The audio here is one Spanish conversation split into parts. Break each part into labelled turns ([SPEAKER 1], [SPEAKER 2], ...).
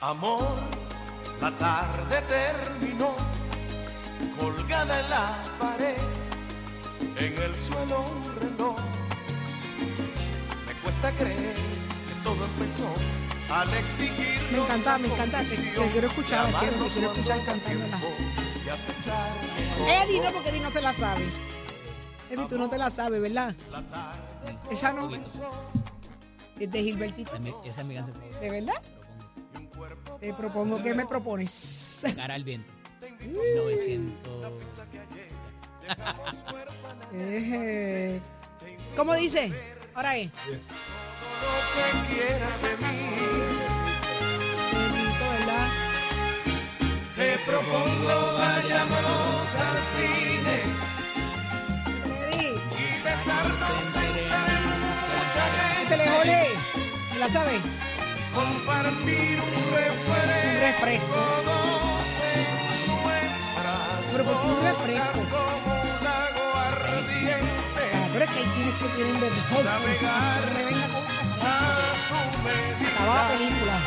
[SPEAKER 1] Amor, la tarde terminó, colgada en la pared, en el suelo un reloj. Me cuesta creer que todo empezó al exigir.
[SPEAKER 2] Me encanta, me encanta, te- te quiero escuchar, Chero, te quiero escuchar cantándola.
[SPEAKER 1] Y aceptar
[SPEAKER 2] Eddie no, porque Eddie no se la sabe. Eddie, tú no te la sabes, ¿verdad? Esa no. Es de Gilbertito.
[SPEAKER 3] Esa es mi, esa es mi canción favorita.
[SPEAKER 2] ¿De verdad?
[SPEAKER 3] Propongo.
[SPEAKER 2] Te propongo, ¿qué me propones?
[SPEAKER 3] Cara al viento. 1900.
[SPEAKER 2] Eh, ¿Cómo dice? Ahora es.
[SPEAKER 1] lo que quieras de mí.
[SPEAKER 2] Bendito, ¿verdad?
[SPEAKER 1] Te propongo vayamos al cine
[SPEAKER 2] Eddie,
[SPEAKER 1] y besarnos entre mucha gente,
[SPEAKER 2] te este le jole. ¿Te la sabe?
[SPEAKER 1] compartir un
[SPEAKER 2] Un
[SPEAKER 1] refresco.
[SPEAKER 2] refresco.
[SPEAKER 1] Todos en nuestras
[SPEAKER 2] Pero ¿por qué un
[SPEAKER 1] bocas
[SPEAKER 2] refresco?
[SPEAKER 1] como un lago ardiente
[SPEAKER 2] Ah, pero es que hay cines que tienen de todo.
[SPEAKER 1] Navegar.
[SPEAKER 2] Me venga con esta.
[SPEAKER 1] a tu
[SPEAKER 2] Acabó la
[SPEAKER 4] Ah.
[SPEAKER 1] medida.
[SPEAKER 2] película.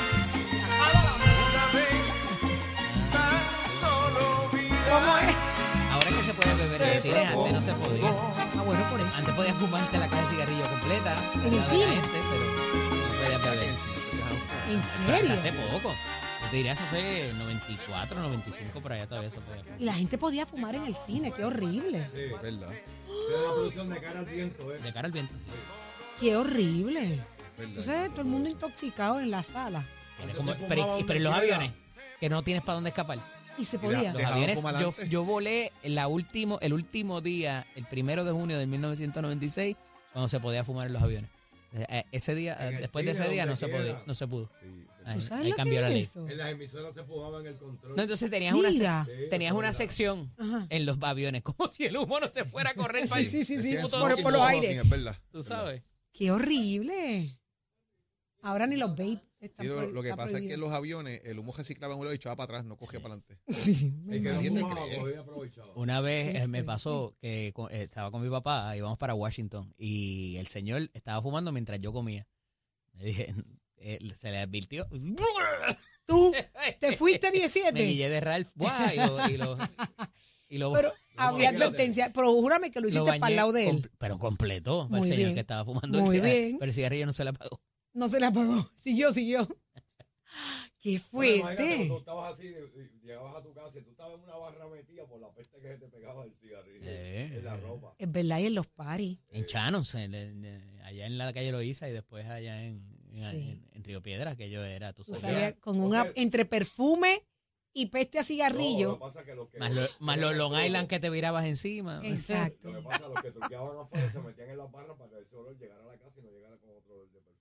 [SPEAKER 1] Una vez tan solo vida
[SPEAKER 2] ¿Cómo es?
[SPEAKER 3] Ahora que se puede beber en el cine, antes no se podía.
[SPEAKER 2] Ah, bueno, por eso.
[SPEAKER 3] Antes podías fumarte la caja de cigarrillo completa. al
[SPEAKER 2] el
[SPEAKER 3] lado de la
[SPEAKER 2] cine?
[SPEAKER 3] gente, pero no podías beber.
[SPEAKER 4] Ah,
[SPEAKER 2] ¿En
[SPEAKER 3] Hasta Hace
[SPEAKER 2] serio?
[SPEAKER 3] poco. Yo te diría, eso fue 94, 95, por allá todavía se podía.
[SPEAKER 2] Y la gente podía fumar en el cine, qué horrible.
[SPEAKER 4] ¿Verdad?
[SPEAKER 3] De cara al viento.
[SPEAKER 2] Qué horrible. Entonces, todo el mundo intoxicado en la sala.
[SPEAKER 3] Era como- pero, pero en los aviones, que no tienes para dónde escapar.
[SPEAKER 2] Y se
[SPEAKER 4] Mira,
[SPEAKER 2] podía.
[SPEAKER 3] Los
[SPEAKER 4] Dejaban
[SPEAKER 3] aviones,
[SPEAKER 4] fumar
[SPEAKER 3] yo,
[SPEAKER 4] antes.
[SPEAKER 3] yo volé la último, el último día, el primero de junio de 1996, cuando se podía fumar en los aviones. Eh, eh, Ese día, eh, después de ese día, no se podía, no se pudo. Ahí,
[SPEAKER 2] ¿Tú sabes
[SPEAKER 3] ahí
[SPEAKER 2] lo
[SPEAKER 3] cambió
[SPEAKER 2] que
[SPEAKER 3] la
[SPEAKER 2] es
[SPEAKER 3] ley.
[SPEAKER 2] eso?
[SPEAKER 5] En las emisoras se fumaban el control.
[SPEAKER 3] No, entonces tenías
[SPEAKER 2] Mira.
[SPEAKER 3] una, se- tenías una sección
[SPEAKER 2] Ajá.
[SPEAKER 3] en los aviones, como si el humo no se fuera a correr para
[SPEAKER 2] Sí, sí, sí, sí.
[SPEAKER 4] Decían
[SPEAKER 3] Puto-
[SPEAKER 2] Por,
[SPEAKER 4] smoking,
[SPEAKER 2] por
[SPEAKER 4] no
[SPEAKER 2] los
[SPEAKER 4] smoking,
[SPEAKER 2] aires.
[SPEAKER 4] es verdad.
[SPEAKER 3] Tú sabes.
[SPEAKER 2] Qué horrible. Ahora ni los vape están
[SPEAKER 4] Sí, lo,
[SPEAKER 2] prohi-
[SPEAKER 4] lo que
[SPEAKER 2] está
[SPEAKER 4] pasa es que en
[SPEAKER 2] prohibido.
[SPEAKER 4] los aviones el humo reciclaba en un lado y echaba para atrás, no cogía para adelante.
[SPEAKER 2] Sí, me
[SPEAKER 5] El que no
[SPEAKER 4] Nadie te
[SPEAKER 2] imagino.
[SPEAKER 5] fumaba,
[SPEAKER 4] cree.
[SPEAKER 5] cogía y aprovechaba.
[SPEAKER 3] Una vez
[SPEAKER 2] Qué
[SPEAKER 3] eh, me
[SPEAKER 2] fuerte.
[SPEAKER 3] pasó que co- eh, estaba con mi papá, íbamos para Washington y el señor estaba fumando mientras yo comía. Le dije, eh, se le advirtió.
[SPEAKER 2] Tú te fuiste
[SPEAKER 3] Me
[SPEAKER 2] 17.
[SPEAKER 3] guillé de Ralph. Buah, y lo, y lo, y lo-
[SPEAKER 2] Pero
[SPEAKER 3] lo-
[SPEAKER 2] había
[SPEAKER 3] lo-
[SPEAKER 2] advertencia. Pero júrame que lo
[SPEAKER 3] lo
[SPEAKER 2] hiciste
[SPEAKER 3] bañé
[SPEAKER 2] para el lado de él.
[SPEAKER 3] com- pero completo, para
[SPEAKER 2] Muy
[SPEAKER 3] el señor
[SPEAKER 2] bien.
[SPEAKER 3] que estaba fumando
[SPEAKER 2] Muy
[SPEAKER 3] el cigarrillo.
[SPEAKER 2] bien.
[SPEAKER 3] Pero el cigarrillo no se le apagó.
[SPEAKER 2] No se le apagó. Siguió, siguió. Qué
[SPEAKER 5] Bueno, imagínate cuando tú
[SPEAKER 2] fuerte.
[SPEAKER 5] estabas así, eh, y llegabas a tu casa y tú estabas en una barra metida por la peste que se te pegaba del cigarrillo
[SPEAKER 3] Eh.
[SPEAKER 5] en la ropa.
[SPEAKER 2] Es verdad, y en los paris.
[SPEAKER 3] En Chanos, en- en- en- allá en la calle Loíza y después allá en, en-
[SPEAKER 2] Sí.
[SPEAKER 3] en- en Río Piedra, que yo era, tú
[SPEAKER 2] Tú
[SPEAKER 3] sabes.
[SPEAKER 2] sabías, con
[SPEAKER 5] o
[SPEAKER 2] una,
[SPEAKER 5] sea-
[SPEAKER 2] entre perfume y peste a
[SPEAKER 5] No, lo
[SPEAKER 2] cigarrillo.
[SPEAKER 5] que pasa es que los que
[SPEAKER 3] Más, lo- más los Long
[SPEAKER 5] los-
[SPEAKER 3] Island que te virabas encima.
[SPEAKER 2] Exacto.
[SPEAKER 5] Lo que pasa es que los que truqueaban afuera se metían en las barras para que ese olor llegara a la casa y no llegara con otro olor de perfume.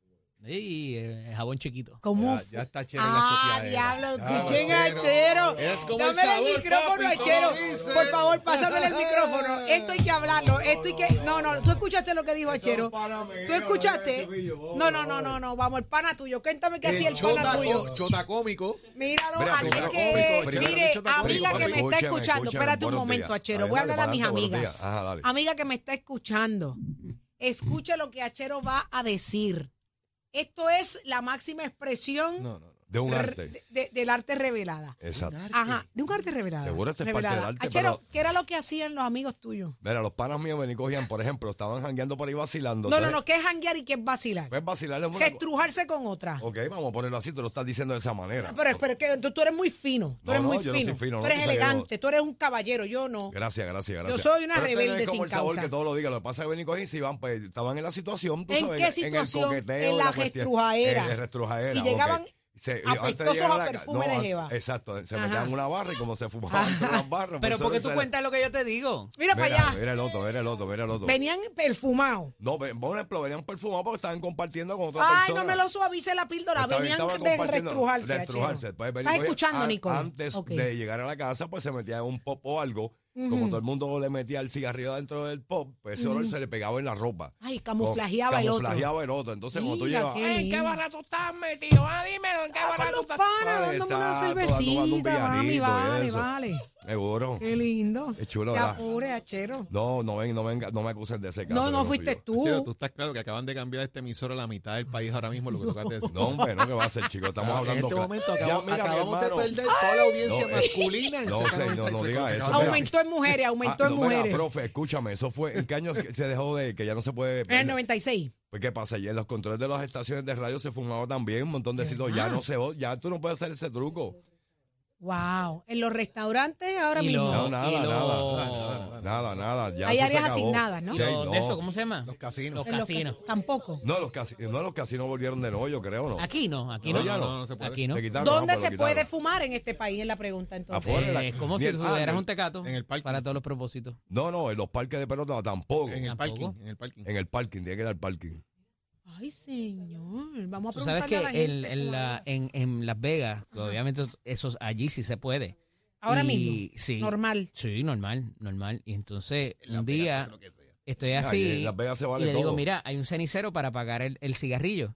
[SPEAKER 3] Y eh, jabón chiquito.
[SPEAKER 2] Como un
[SPEAKER 4] Ya, ya está chévere
[SPEAKER 2] Ah,
[SPEAKER 4] la
[SPEAKER 2] diablo,
[SPEAKER 4] choteadera. Ya,
[SPEAKER 2] escuchen a
[SPEAKER 4] chero.
[SPEAKER 2] Chero.
[SPEAKER 4] Es como
[SPEAKER 2] Dame
[SPEAKER 4] el sabor,
[SPEAKER 2] el micrófono
[SPEAKER 4] papi,
[SPEAKER 2] a Chero.
[SPEAKER 4] como dice.
[SPEAKER 2] Por favor, pásame el micrófono. Esto hay que hablarlo. Esto hay que. No, no, tú escuchaste lo que dijo
[SPEAKER 5] Eso es
[SPEAKER 2] Chero.
[SPEAKER 5] un pana mío,
[SPEAKER 2] ¿Tú escuchaste?
[SPEAKER 5] no me hagas cepillo,
[SPEAKER 2] No, no, no,
[SPEAKER 5] joder.
[SPEAKER 2] no, no. Vamos, el pana tuyo. Cuéntame qué hacía el pana
[SPEAKER 4] Chota,
[SPEAKER 2] tuyo.
[SPEAKER 4] có- chota cómico.
[SPEAKER 2] Míralo,
[SPEAKER 6] Mira,
[SPEAKER 2] antes
[SPEAKER 6] primero,
[SPEAKER 2] que.
[SPEAKER 6] público, primero,
[SPEAKER 2] Mire,
[SPEAKER 4] bicho tan
[SPEAKER 2] amiga que
[SPEAKER 4] público,
[SPEAKER 2] me está
[SPEAKER 6] escúchame,
[SPEAKER 2] escuchando,
[SPEAKER 6] escúchame,
[SPEAKER 2] espérate un
[SPEAKER 6] buenos
[SPEAKER 2] momento,
[SPEAKER 6] días.
[SPEAKER 2] Achero.
[SPEAKER 6] Ajá,
[SPEAKER 2] Voy a hablar a
[SPEAKER 6] dale,
[SPEAKER 2] mis
[SPEAKER 6] buenos días.
[SPEAKER 2] amigas.
[SPEAKER 6] Ajá, dale.
[SPEAKER 2] Amiga que me está escuchando, escuche lo que Achero va a decir. Esto es la máxima expresión
[SPEAKER 4] No, no, no.
[SPEAKER 6] De un arte.
[SPEAKER 2] de- Ah. de- del arte revelada.
[SPEAKER 6] Exacto.
[SPEAKER 2] Ajá, de un arte revelada.
[SPEAKER 6] Seguro esa es parte
[SPEAKER 2] revelada.
[SPEAKER 6] del arte,
[SPEAKER 2] Achero,
[SPEAKER 6] pero-
[SPEAKER 2] ¿qué era lo que hacían los amigos tuyos?
[SPEAKER 6] Mira, los panas míos ven y cogían, por ejemplo, estaban jangueando por ahí vacilando.
[SPEAKER 2] No, no,
[SPEAKER 6] Entonces,
[SPEAKER 2] no, ¿qué es janguear y qué es vacilar?
[SPEAKER 6] Pues vacilar es una-
[SPEAKER 2] Restrujarse con otra.
[SPEAKER 6] Ok, vamos a ponerlo así, tú lo estás diciendo de esa manera.
[SPEAKER 2] Pero, es- pero es que tú, tú eres muy fino, tú
[SPEAKER 6] No,
[SPEAKER 2] eres
[SPEAKER 6] no,
[SPEAKER 2] muy
[SPEAKER 6] yo
[SPEAKER 2] fino,
[SPEAKER 6] no soy fino,
[SPEAKER 2] tú
[SPEAKER 6] no,
[SPEAKER 2] eres
[SPEAKER 6] tú sabes que
[SPEAKER 2] elegante, tú eres un caballero, yo no.
[SPEAKER 6] Gracias, gracias, gracias.
[SPEAKER 2] soy una
[SPEAKER 6] Pero este
[SPEAKER 2] rebelde
[SPEAKER 6] es como
[SPEAKER 2] sin
[SPEAKER 6] el sabor
[SPEAKER 2] causa.
[SPEAKER 6] que todo lo diga. Lo que pasa es que Benico y Sivan, pues estaban en la situación, tú
[SPEAKER 2] ¿En
[SPEAKER 6] sabes,
[SPEAKER 2] qué situación?
[SPEAKER 6] En el coqueteo.
[SPEAKER 2] En
[SPEAKER 6] de
[SPEAKER 2] la
[SPEAKER 6] cuestión.
[SPEAKER 2] restrujaera.
[SPEAKER 6] En la restrujaera,
[SPEAKER 2] Y
[SPEAKER 6] ok.
[SPEAKER 2] llegaban
[SPEAKER 6] Se- y antes de
[SPEAKER 2] apestosos
[SPEAKER 6] llegar
[SPEAKER 2] a
[SPEAKER 6] la ca-
[SPEAKER 2] perfume de jeva.
[SPEAKER 6] Exacto, se
[SPEAKER 2] Ajá.
[SPEAKER 6] metían en una barra y como se fumaban entre las barras.
[SPEAKER 3] Pero
[SPEAKER 6] pues,
[SPEAKER 3] porque tú
[SPEAKER 6] eso era-
[SPEAKER 3] cuentas lo que yo te digo.
[SPEAKER 2] Mira, para
[SPEAKER 6] Mira,
[SPEAKER 2] allá,
[SPEAKER 6] mira el otro, mira el otro, mira el otro.
[SPEAKER 2] venían perfumados.
[SPEAKER 6] No, ve- por ejemplo, venían perfumados porque estaban compartiendo con otra
[SPEAKER 2] Ay,
[SPEAKER 6] persona.
[SPEAKER 2] no me lo suavice la píldora,
[SPEAKER 6] Estaba-
[SPEAKER 2] venían
[SPEAKER 6] estaba
[SPEAKER 2] de
[SPEAKER 6] compartiendo-
[SPEAKER 2] restrujarse.
[SPEAKER 6] de
[SPEAKER 2] Achero.
[SPEAKER 6] restrujarse. Pues, Benico
[SPEAKER 2] ¿Estás
[SPEAKER 6] y-
[SPEAKER 2] escuchando,
[SPEAKER 6] an-
[SPEAKER 2] Nicole?
[SPEAKER 6] Antes
[SPEAKER 2] Ok. Ah,
[SPEAKER 6] de llegar a la casa, pues se metía en un pop o algo. Como todo el mundo le metía el cigarrillo dentro del pop, pues ese olor se le pegaba en la ropa.
[SPEAKER 2] Ay, camuflajeaba el otro.
[SPEAKER 6] Camuflajeaba el otro. Entonces, cuando tú
[SPEAKER 2] Mira,
[SPEAKER 6] llevas.
[SPEAKER 2] qué
[SPEAKER 6] "Ay,
[SPEAKER 2] lindo.
[SPEAKER 6] tú estás metido? Ah, dime, ¿en qué
[SPEAKER 2] Ah, con los panas, dándome una
[SPEAKER 6] Exacto, dándome un
[SPEAKER 2] cervecita, mami,
[SPEAKER 6] pianito y
[SPEAKER 2] vale,
[SPEAKER 6] eso.
[SPEAKER 2] vale.
[SPEAKER 6] Seguro.
[SPEAKER 2] Qué lindo.
[SPEAKER 6] Es chulo,
[SPEAKER 2] Qué
[SPEAKER 6] ¿verdad?
[SPEAKER 2] apure, achero.
[SPEAKER 6] No, no, ven, no, venga, no me acusen de ese caso.
[SPEAKER 2] No,
[SPEAKER 6] que
[SPEAKER 2] no
[SPEAKER 6] fui
[SPEAKER 2] fuiste
[SPEAKER 6] yo.
[SPEAKER 2] tú.
[SPEAKER 4] Chero, tú estás claro que acaban de cambiar este emisor a la mitad del país ahora mismo, lo que tocas de decir.
[SPEAKER 6] No, hombre, no, que va a ser, chicos. Estamos
[SPEAKER 4] Ah,
[SPEAKER 6] hablando.
[SPEAKER 4] En este
[SPEAKER 6] cla-
[SPEAKER 4] momento
[SPEAKER 6] Ya,
[SPEAKER 4] acabamos,
[SPEAKER 6] mira, mi
[SPEAKER 4] acabamos de
[SPEAKER 6] hermano.
[SPEAKER 4] perder toda la audiencia
[SPEAKER 6] No, eh,
[SPEAKER 4] masculina. en
[SPEAKER 6] no,
[SPEAKER 4] Z93,
[SPEAKER 6] señor, no diga
[SPEAKER 4] que
[SPEAKER 6] eso,
[SPEAKER 4] acabamos de-
[SPEAKER 2] Ah,
[SPEAKER 6] mira.
[SPEAKER 2] Aumentó en mujeres, aumentó
[SPEAKER 6] Ah,
[SPEAKER 2] en
[SPEAKER 6] no, mira,
[SPEAKER 2] mujeres.
[SPEAKER 6] profe, escúchame, eso fue. ¿En qué año se dejó de que ya no se puede.
[SPEAKER 2] en el 96.
[SPEAKER 6] Pues qué pasa, y en los controles de las estaciones de radio se fumaba también un montón de sitios. Ya no se, ya tú no puedes hacer ese truco.
[SPEAKER 2] Wow. En los restaurantes ahora
[SPEAKER 3] Y
[SPEAKER 2] mismo.
[SPEAKER 3] lo-
[SPEAKER 6] No, nada,
[SPEAKER 3] y lo-
[SPEAKER 6] nada, nada, nada. Ya
[SPEAKER 2] Hay
[SPEAKER 6] eso se
[SPEAKER 2] áreas
[SPEAKER 6] acabó.
[SPEAKER 2] asignadas, ¿no?
[SPEAKER 6] Sí,
[SPEAKER 3] Lo-
[SPEAKER 6] no.
[SPEAKER 3] de eso, ¿Cómo se llama?
[SPEAKER 4] Los casinos.
[SPEAKER 3] Los
[SPEAKER 2] en los
[SPEAKER 3] casinos.
[SPEAKER 2] cas- Tampoco.
[SPEAKER 6] No, los casi- no, los casinos volvieron de nuevo, yo creo, ¿no?
[SPEAKER 3] Aquí no, aquí
[SPEAKER 6] No,
[SPEAKER 3] no.
[SPEAKER 6] ya no,
[SPEAKER 4] no se puede.
[SPEAKER 3] Aquí no.
[SPEAKER 6] Le quitaron,
[SPEAKER 2] ¿Dónde
[SPEAKER 6] no, pues
[SPEAKER 2] se
[SPEAKER 6] lo
[SPEAKER 2] puede
[SPEAKER 6] quitaron.
[SPEAKER 2] fumar en este país? Es la pregunta entonces.
[SPEAKER 6] Afuera.
[SPEAKER 3] Eh, es como si
[SPEAKER 6] Ni- ah,
[SPEAKER 3] tuvieras
[SPEAKER 6] en-
[SPEAKER 3] un tecato
[SPEAKER 4] en el parque.
[SPEAKER 3] para todos los propósitos.
[SPEAKER 6] No, no, en los parques de pelota tampoco.
[SPEAKER 4] En
[SPEAKER 6] En el,
[SPEAKER 4] el
[SPEAKER 3] Tampoco.
[SPEAKER 4] parking. En el parking.
[SPEAKER 6] parking, tiene que ir al parking.
[SPEAKER 2] Ay, señor. Vamos a
[SPEAKER 3] Tú sabes
[SPEAKER 2] preguntarle
[SPEAKER 3] que
[SPEAKER 2] a la gente.
[SPEAKER 3] en, en la-
[SPEAKER 2] fumadora.
[SPEAKER 3] en- en Las Vegas, obviamente, eso, allí sí se puede.
[SPEAKER 2] Ahora
[SPEAKER 3] Y-
[SPEAKER 2] mismo.
[SPEAKER 3] Sí.
[SPEAKER 2] Normal.
[SPEAKER 3] Sí, normal, normal. Y entonces,
[SPEAKER 4] La
[SPEAKER 3] un
[SPEAKER 4] pena, que
[SPEAKER 3] día
[SPEAKER 4] sea lo que sea.
[SPEAKER 3] estoy
[SPEAKER 6] Ahí
[SPEAKER 3] así
[SPEAKER 6] en Las Vegas se
[SPEAKER 3] y
[SPEAKER 6] vale
[SPEAKER 3] le
[SPEAKER 6] todo.
[SPEAKER 3] digo, mira, hay un cenicero para pagar el, el cigarrillo.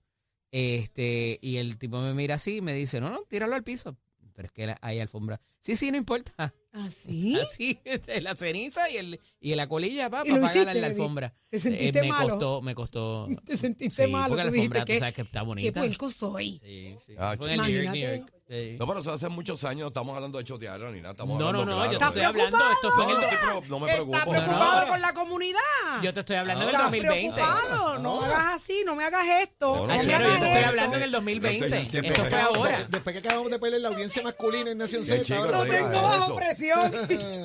[SPEAKER 3] Este, y el tipo me mira así y me dice, no, no, tíralo al piso. Pero es que la- hay alfombra. Sí, sí, no importa.
[SPEAKER 2] ¿Ah, sí?
[SPEAKER 3] Así, este, la ceniza y, el, y la colilla, pa,
[SPEAKER 2] ¿Y lo
[SPEAKER 3] para pagarla
[SPEAKER 2] hiciste,
[SPEAKER 3] en la
[SPEAKER 2] David?
[SPEAKER 3] alfombra. Eh,
[SPEAKER 2] ¿Te sentiste
[SPEAKER 3] me
[SPEAKER 2] malo?
[SPEAKER 3] Costó, me costó.
[SPEAKER 2] Te sentiste
[SPEAKER 3] sí,
[SPEAKER 2] malo.
[SPEAKER 3] Porque la
[SPEAKER 2] Tú
[SPEAKER 3] alfombra,
[SPEAKER 2] dijiste
[SPEAKER 3] tú
[SPEAKER 2] que. pues,
[SPEAKER 3] sabes que está
[SPEAKER 2] Qué
[SPEAKER 3] bonita.
[SPEAKER 2] puerco soy.
[SPEAKER 3] Sí, sí.
[SPEAKER 6] Ah,
[SPEAKER 3] Fue en el New York, New York. Sí.
[SPEAKER 6] No, pero eso hace muchos años no estamos hablando de chotear ni nada. Estamos
[SPEAKER 3] No, no,
[SPEAKER 6] hablando,
[SPEAKER 3] no,
[SPEAKER 6] claro,
[SPEAKER 3] yo te
[SPEAKER 6] de-
[SPEAKER 3] estoy hablando, esto fue en el,
[SPEAKER 6] No, no me preocupo.
[SPEAKER 2] Está
[SPEAKER 6] No, no.
[SPEAKER 2] preocupado con la comunidad.
[SPEAKER 3] yo te estoy hablando del
[SPEAKER 2] Estás
[SPEAKER 3] 2020.
[SPEAKER 2] preocupado. No hagas así, no me hagas esto. No,
[SPEAKER 6] No, no,
[SPEAKER 2] me
[SPEAKER 3] Ay,
[SPEAKER 6] no,
[SPEAKER 3] chero,
[SPEAKER 2] hagas
[SPEAKER 3] yo te estoy
[SPEAKER 2] esto.
[SPEAKER 3] hablando en el
[SPEAKER 6] Yo
[SPEAKER 3] 2020.
[SPEAKER 6] estoy diciendo
[SPEAKER 3] Esto
[SPEAKER 6] que-
[SPEAKER 3] fue ahora.
[SPEAKER 4] Después que acabamos de perder la audiencia masculina en Nación
[SPEAKER 6] Ya,
[SPEAKER 4] Z.
[SPEAKER 6] chico,
[SPEAKER 4] ahora-
[SPEAKER 2] Lo
[SPEAKER 6] diga
[SPEAKER 2] tengo bajo
[SPEAKER 6] eso.
[SPEAKER 2] presión.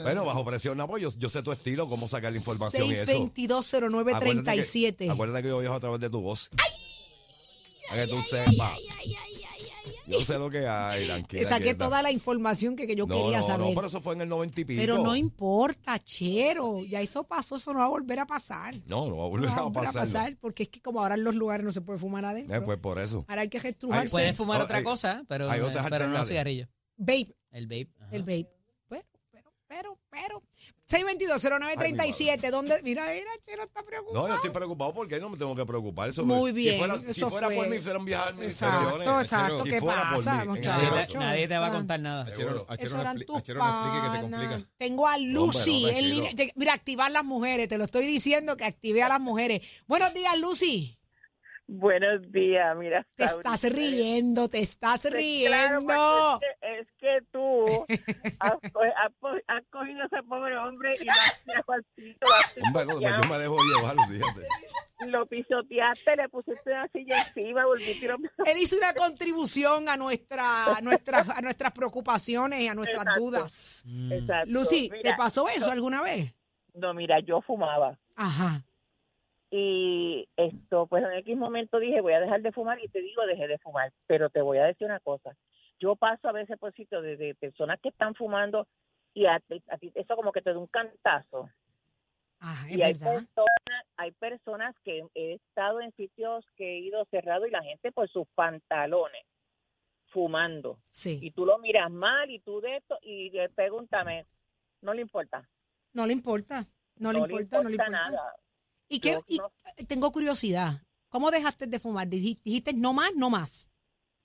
[SPEAKER 6] Bueno, bajo presión, no, pues yo, yo sé tu estilo, cómo sacar la información y eso.
[SPEAKER 2] 6220937.
[SPEAKER 6] Acuérdate que, acuérdate que yo viajo a través de tu voz. Para que tú sepas. Yo sé lo que hay, tranquila.
[SPEAKER 2] Saqué
[SPEAKER 6] quieta.
[SPEAKER 2] toda la información que, que yo
[SPEAKER 6] No,
[SPEAKER 2] quería
[SPEAKER 6] no,
[SPEAKER 2] saber.
[SPEAKER 6] No, pero eso fue en el noventa y pico.
[SPEAKER 2] Pero no importa, chero. Ya eso pasó, eso no va a volver a pasar.
[SPEAKER 6] No, no va a
[SPEAKER 2] No
[SPEAKER 6] volver
[SPEAKER 2] va a
[SPEAKER 6] a
[SPEAKER 2] volver a
[SPEAKER 6] pasarlo.
[SPEAKER 2] pasar porque es que como ahora en los lugares no se puede fumar adentro.
[SPEAKER 6] Eh, pues por eso.
[SPEAKER 2] Ahora hay que
[SPEAKER 6] Ay,
[SPEAKER 2] restrujarse.
[SPEAKER 3] Puedes fumar
[SPEAKER 6] Hay-
[SPEAKER 3] otra cosa, pero,
[SPEAKER 6] hay otras
[SPEAKER 3] pero no
[SPEAKER 6] alternativas.
[SPEAKER 3] cigarrillo.
[SPEAKER 2] Vape,
[SPEAKER 3] El vape. ajá.
[SPEAKER 2] el vape. Pero, pero, pero, pero. 622-0937. ¿Dónde? Mira, mira, chero está preocupado.
[SPEAKER 6] No, yo estoy preocupado porque no me tengo que preocupar. Sobre,
[SPEAKER 2] Muy bien,
[SPEAKER 6] Si fuera, si
[SPEAKER 2] eso
[SPEAKER 6] fuera por
[SPEAKER 2] fue.
[SPEAKER 6] mí, fueran viajar mis
[SPEAKER 2] Exacto,
[SPEAKER 6] intenciones.
[SPEAKER 2] exacto,
[SPEAKER 6] Si
[SPEAKER 2] ¿qué
[SPEAKER 6] fuera por
[SPEAKER 2] pasa,
[SPEAKER 6] mí, en
[SPEAKER 2] muchacho?
[SPEAKER 6] ese
[SPEAKER 3] Nadie,
[SPEAKER 6] caso.
[SPEAKER 3] te- nadie te va a
[SPEAKER 2] Fran.
[SPEAKER 3] contar nada.
[SPEAKER 4] Achero, Achero,
[SPEAKER 2] Eso
[SPEAKER 4] no
[SPEAKER 2] eran
[SPEAKER 4] expli-
[SPEAKER 2] tus
[SPEAKER 4] Achero, no explique que te
[SPEAKER 2] panas.
[SPEAKER 4] complica.
[SPEAKER 2] Tengo a Lucy
[SPEAKER 6] Hombre, no,
[SPEAKER 2] en
[SPEAKER 6] tranquilo.
[SPEAKER 2] línea. Te- Mira, activar las mujeres. Te lo estoy diciendo que activé a las mujeres. Buenos días, Lucy.
[SPEAKER 7] Buenos días, mira.
[SPEAKER 2] Te
[SPEAKER 7] hasta
[SPEAKER 2] estás
[SPEAKER 7] ahorita-
[SPEAKER 2] riendo, te estás
[SPEAKER 7] Claro,
[SPEAKER 2] riendo.
[SPEAKER 7] porque es que, es que tú has, co- has po- has cogido a ese pobre hombre y lo has tirado al piso, lo has
[SPEAKER 6] Hombre, no, pues yo
[SPEAKER 7] pisoteado,
[SPEAKER 6] me dejo llevar, fíjate.
[SPEAKER 7] lo pisoteaste, le pusiste una silla encima, volviste y lo pisoteaste.
[SPEAKER 2] Él hizo una contribución a, nuestra, a, nuestras, a nuestras preocupaciones y a nuestras
[SPEAKER 7] Exacto.
[SPEAKER 2] dudas.
[SPEAKER 4] Mm.
[SPEAKER 3] Mm.
[SPEAKER 7] Exacto.
[SPEAKER 2] Lucy, ¿te
[SPEAKER 7] Mira,
[SPEAKER 2] pasó eso alguna vez?
[SPEAKER 7] No, mira, yo fumaba.
[SPEAKER 2] Ajá.
[SPEAKER 7] Y esto, pues en X momento dije, voy a dejar de fumar y te digo, dejé de fumar. Pero te voy a decir una cosa. Yo paso a veces por sitios de, de personas que están fumando y a ti- a ti eso como que te da un cantazo.
[SPEAKER 2] Ajá, es
[SPEAKER 7] y hay
[SPEAKER 2] verdad.
[SPEAKER 7] personas, hay personas que he estado en sitios que he ido cerrado y la gente por sus pantalones fumando
[SPEAKER 2] Sí.
[SPEAKER 7] y tú lo miras mal y tú de esto y le pregúntame no le importa
[SPEAKER 2] No le importa. No le importa, no le importa.
[SPEAKER 7] nada
[SPEAKER 2] ¿Y qué?
[SPEAKER 7] Yo
[SPEAKER 2] y-
[SPEAKER 7] no-
[SPEAKER 2] Tengo curiosidad. ¿Cómo dejaste de fumar? Dij- Dijiste no más, no más.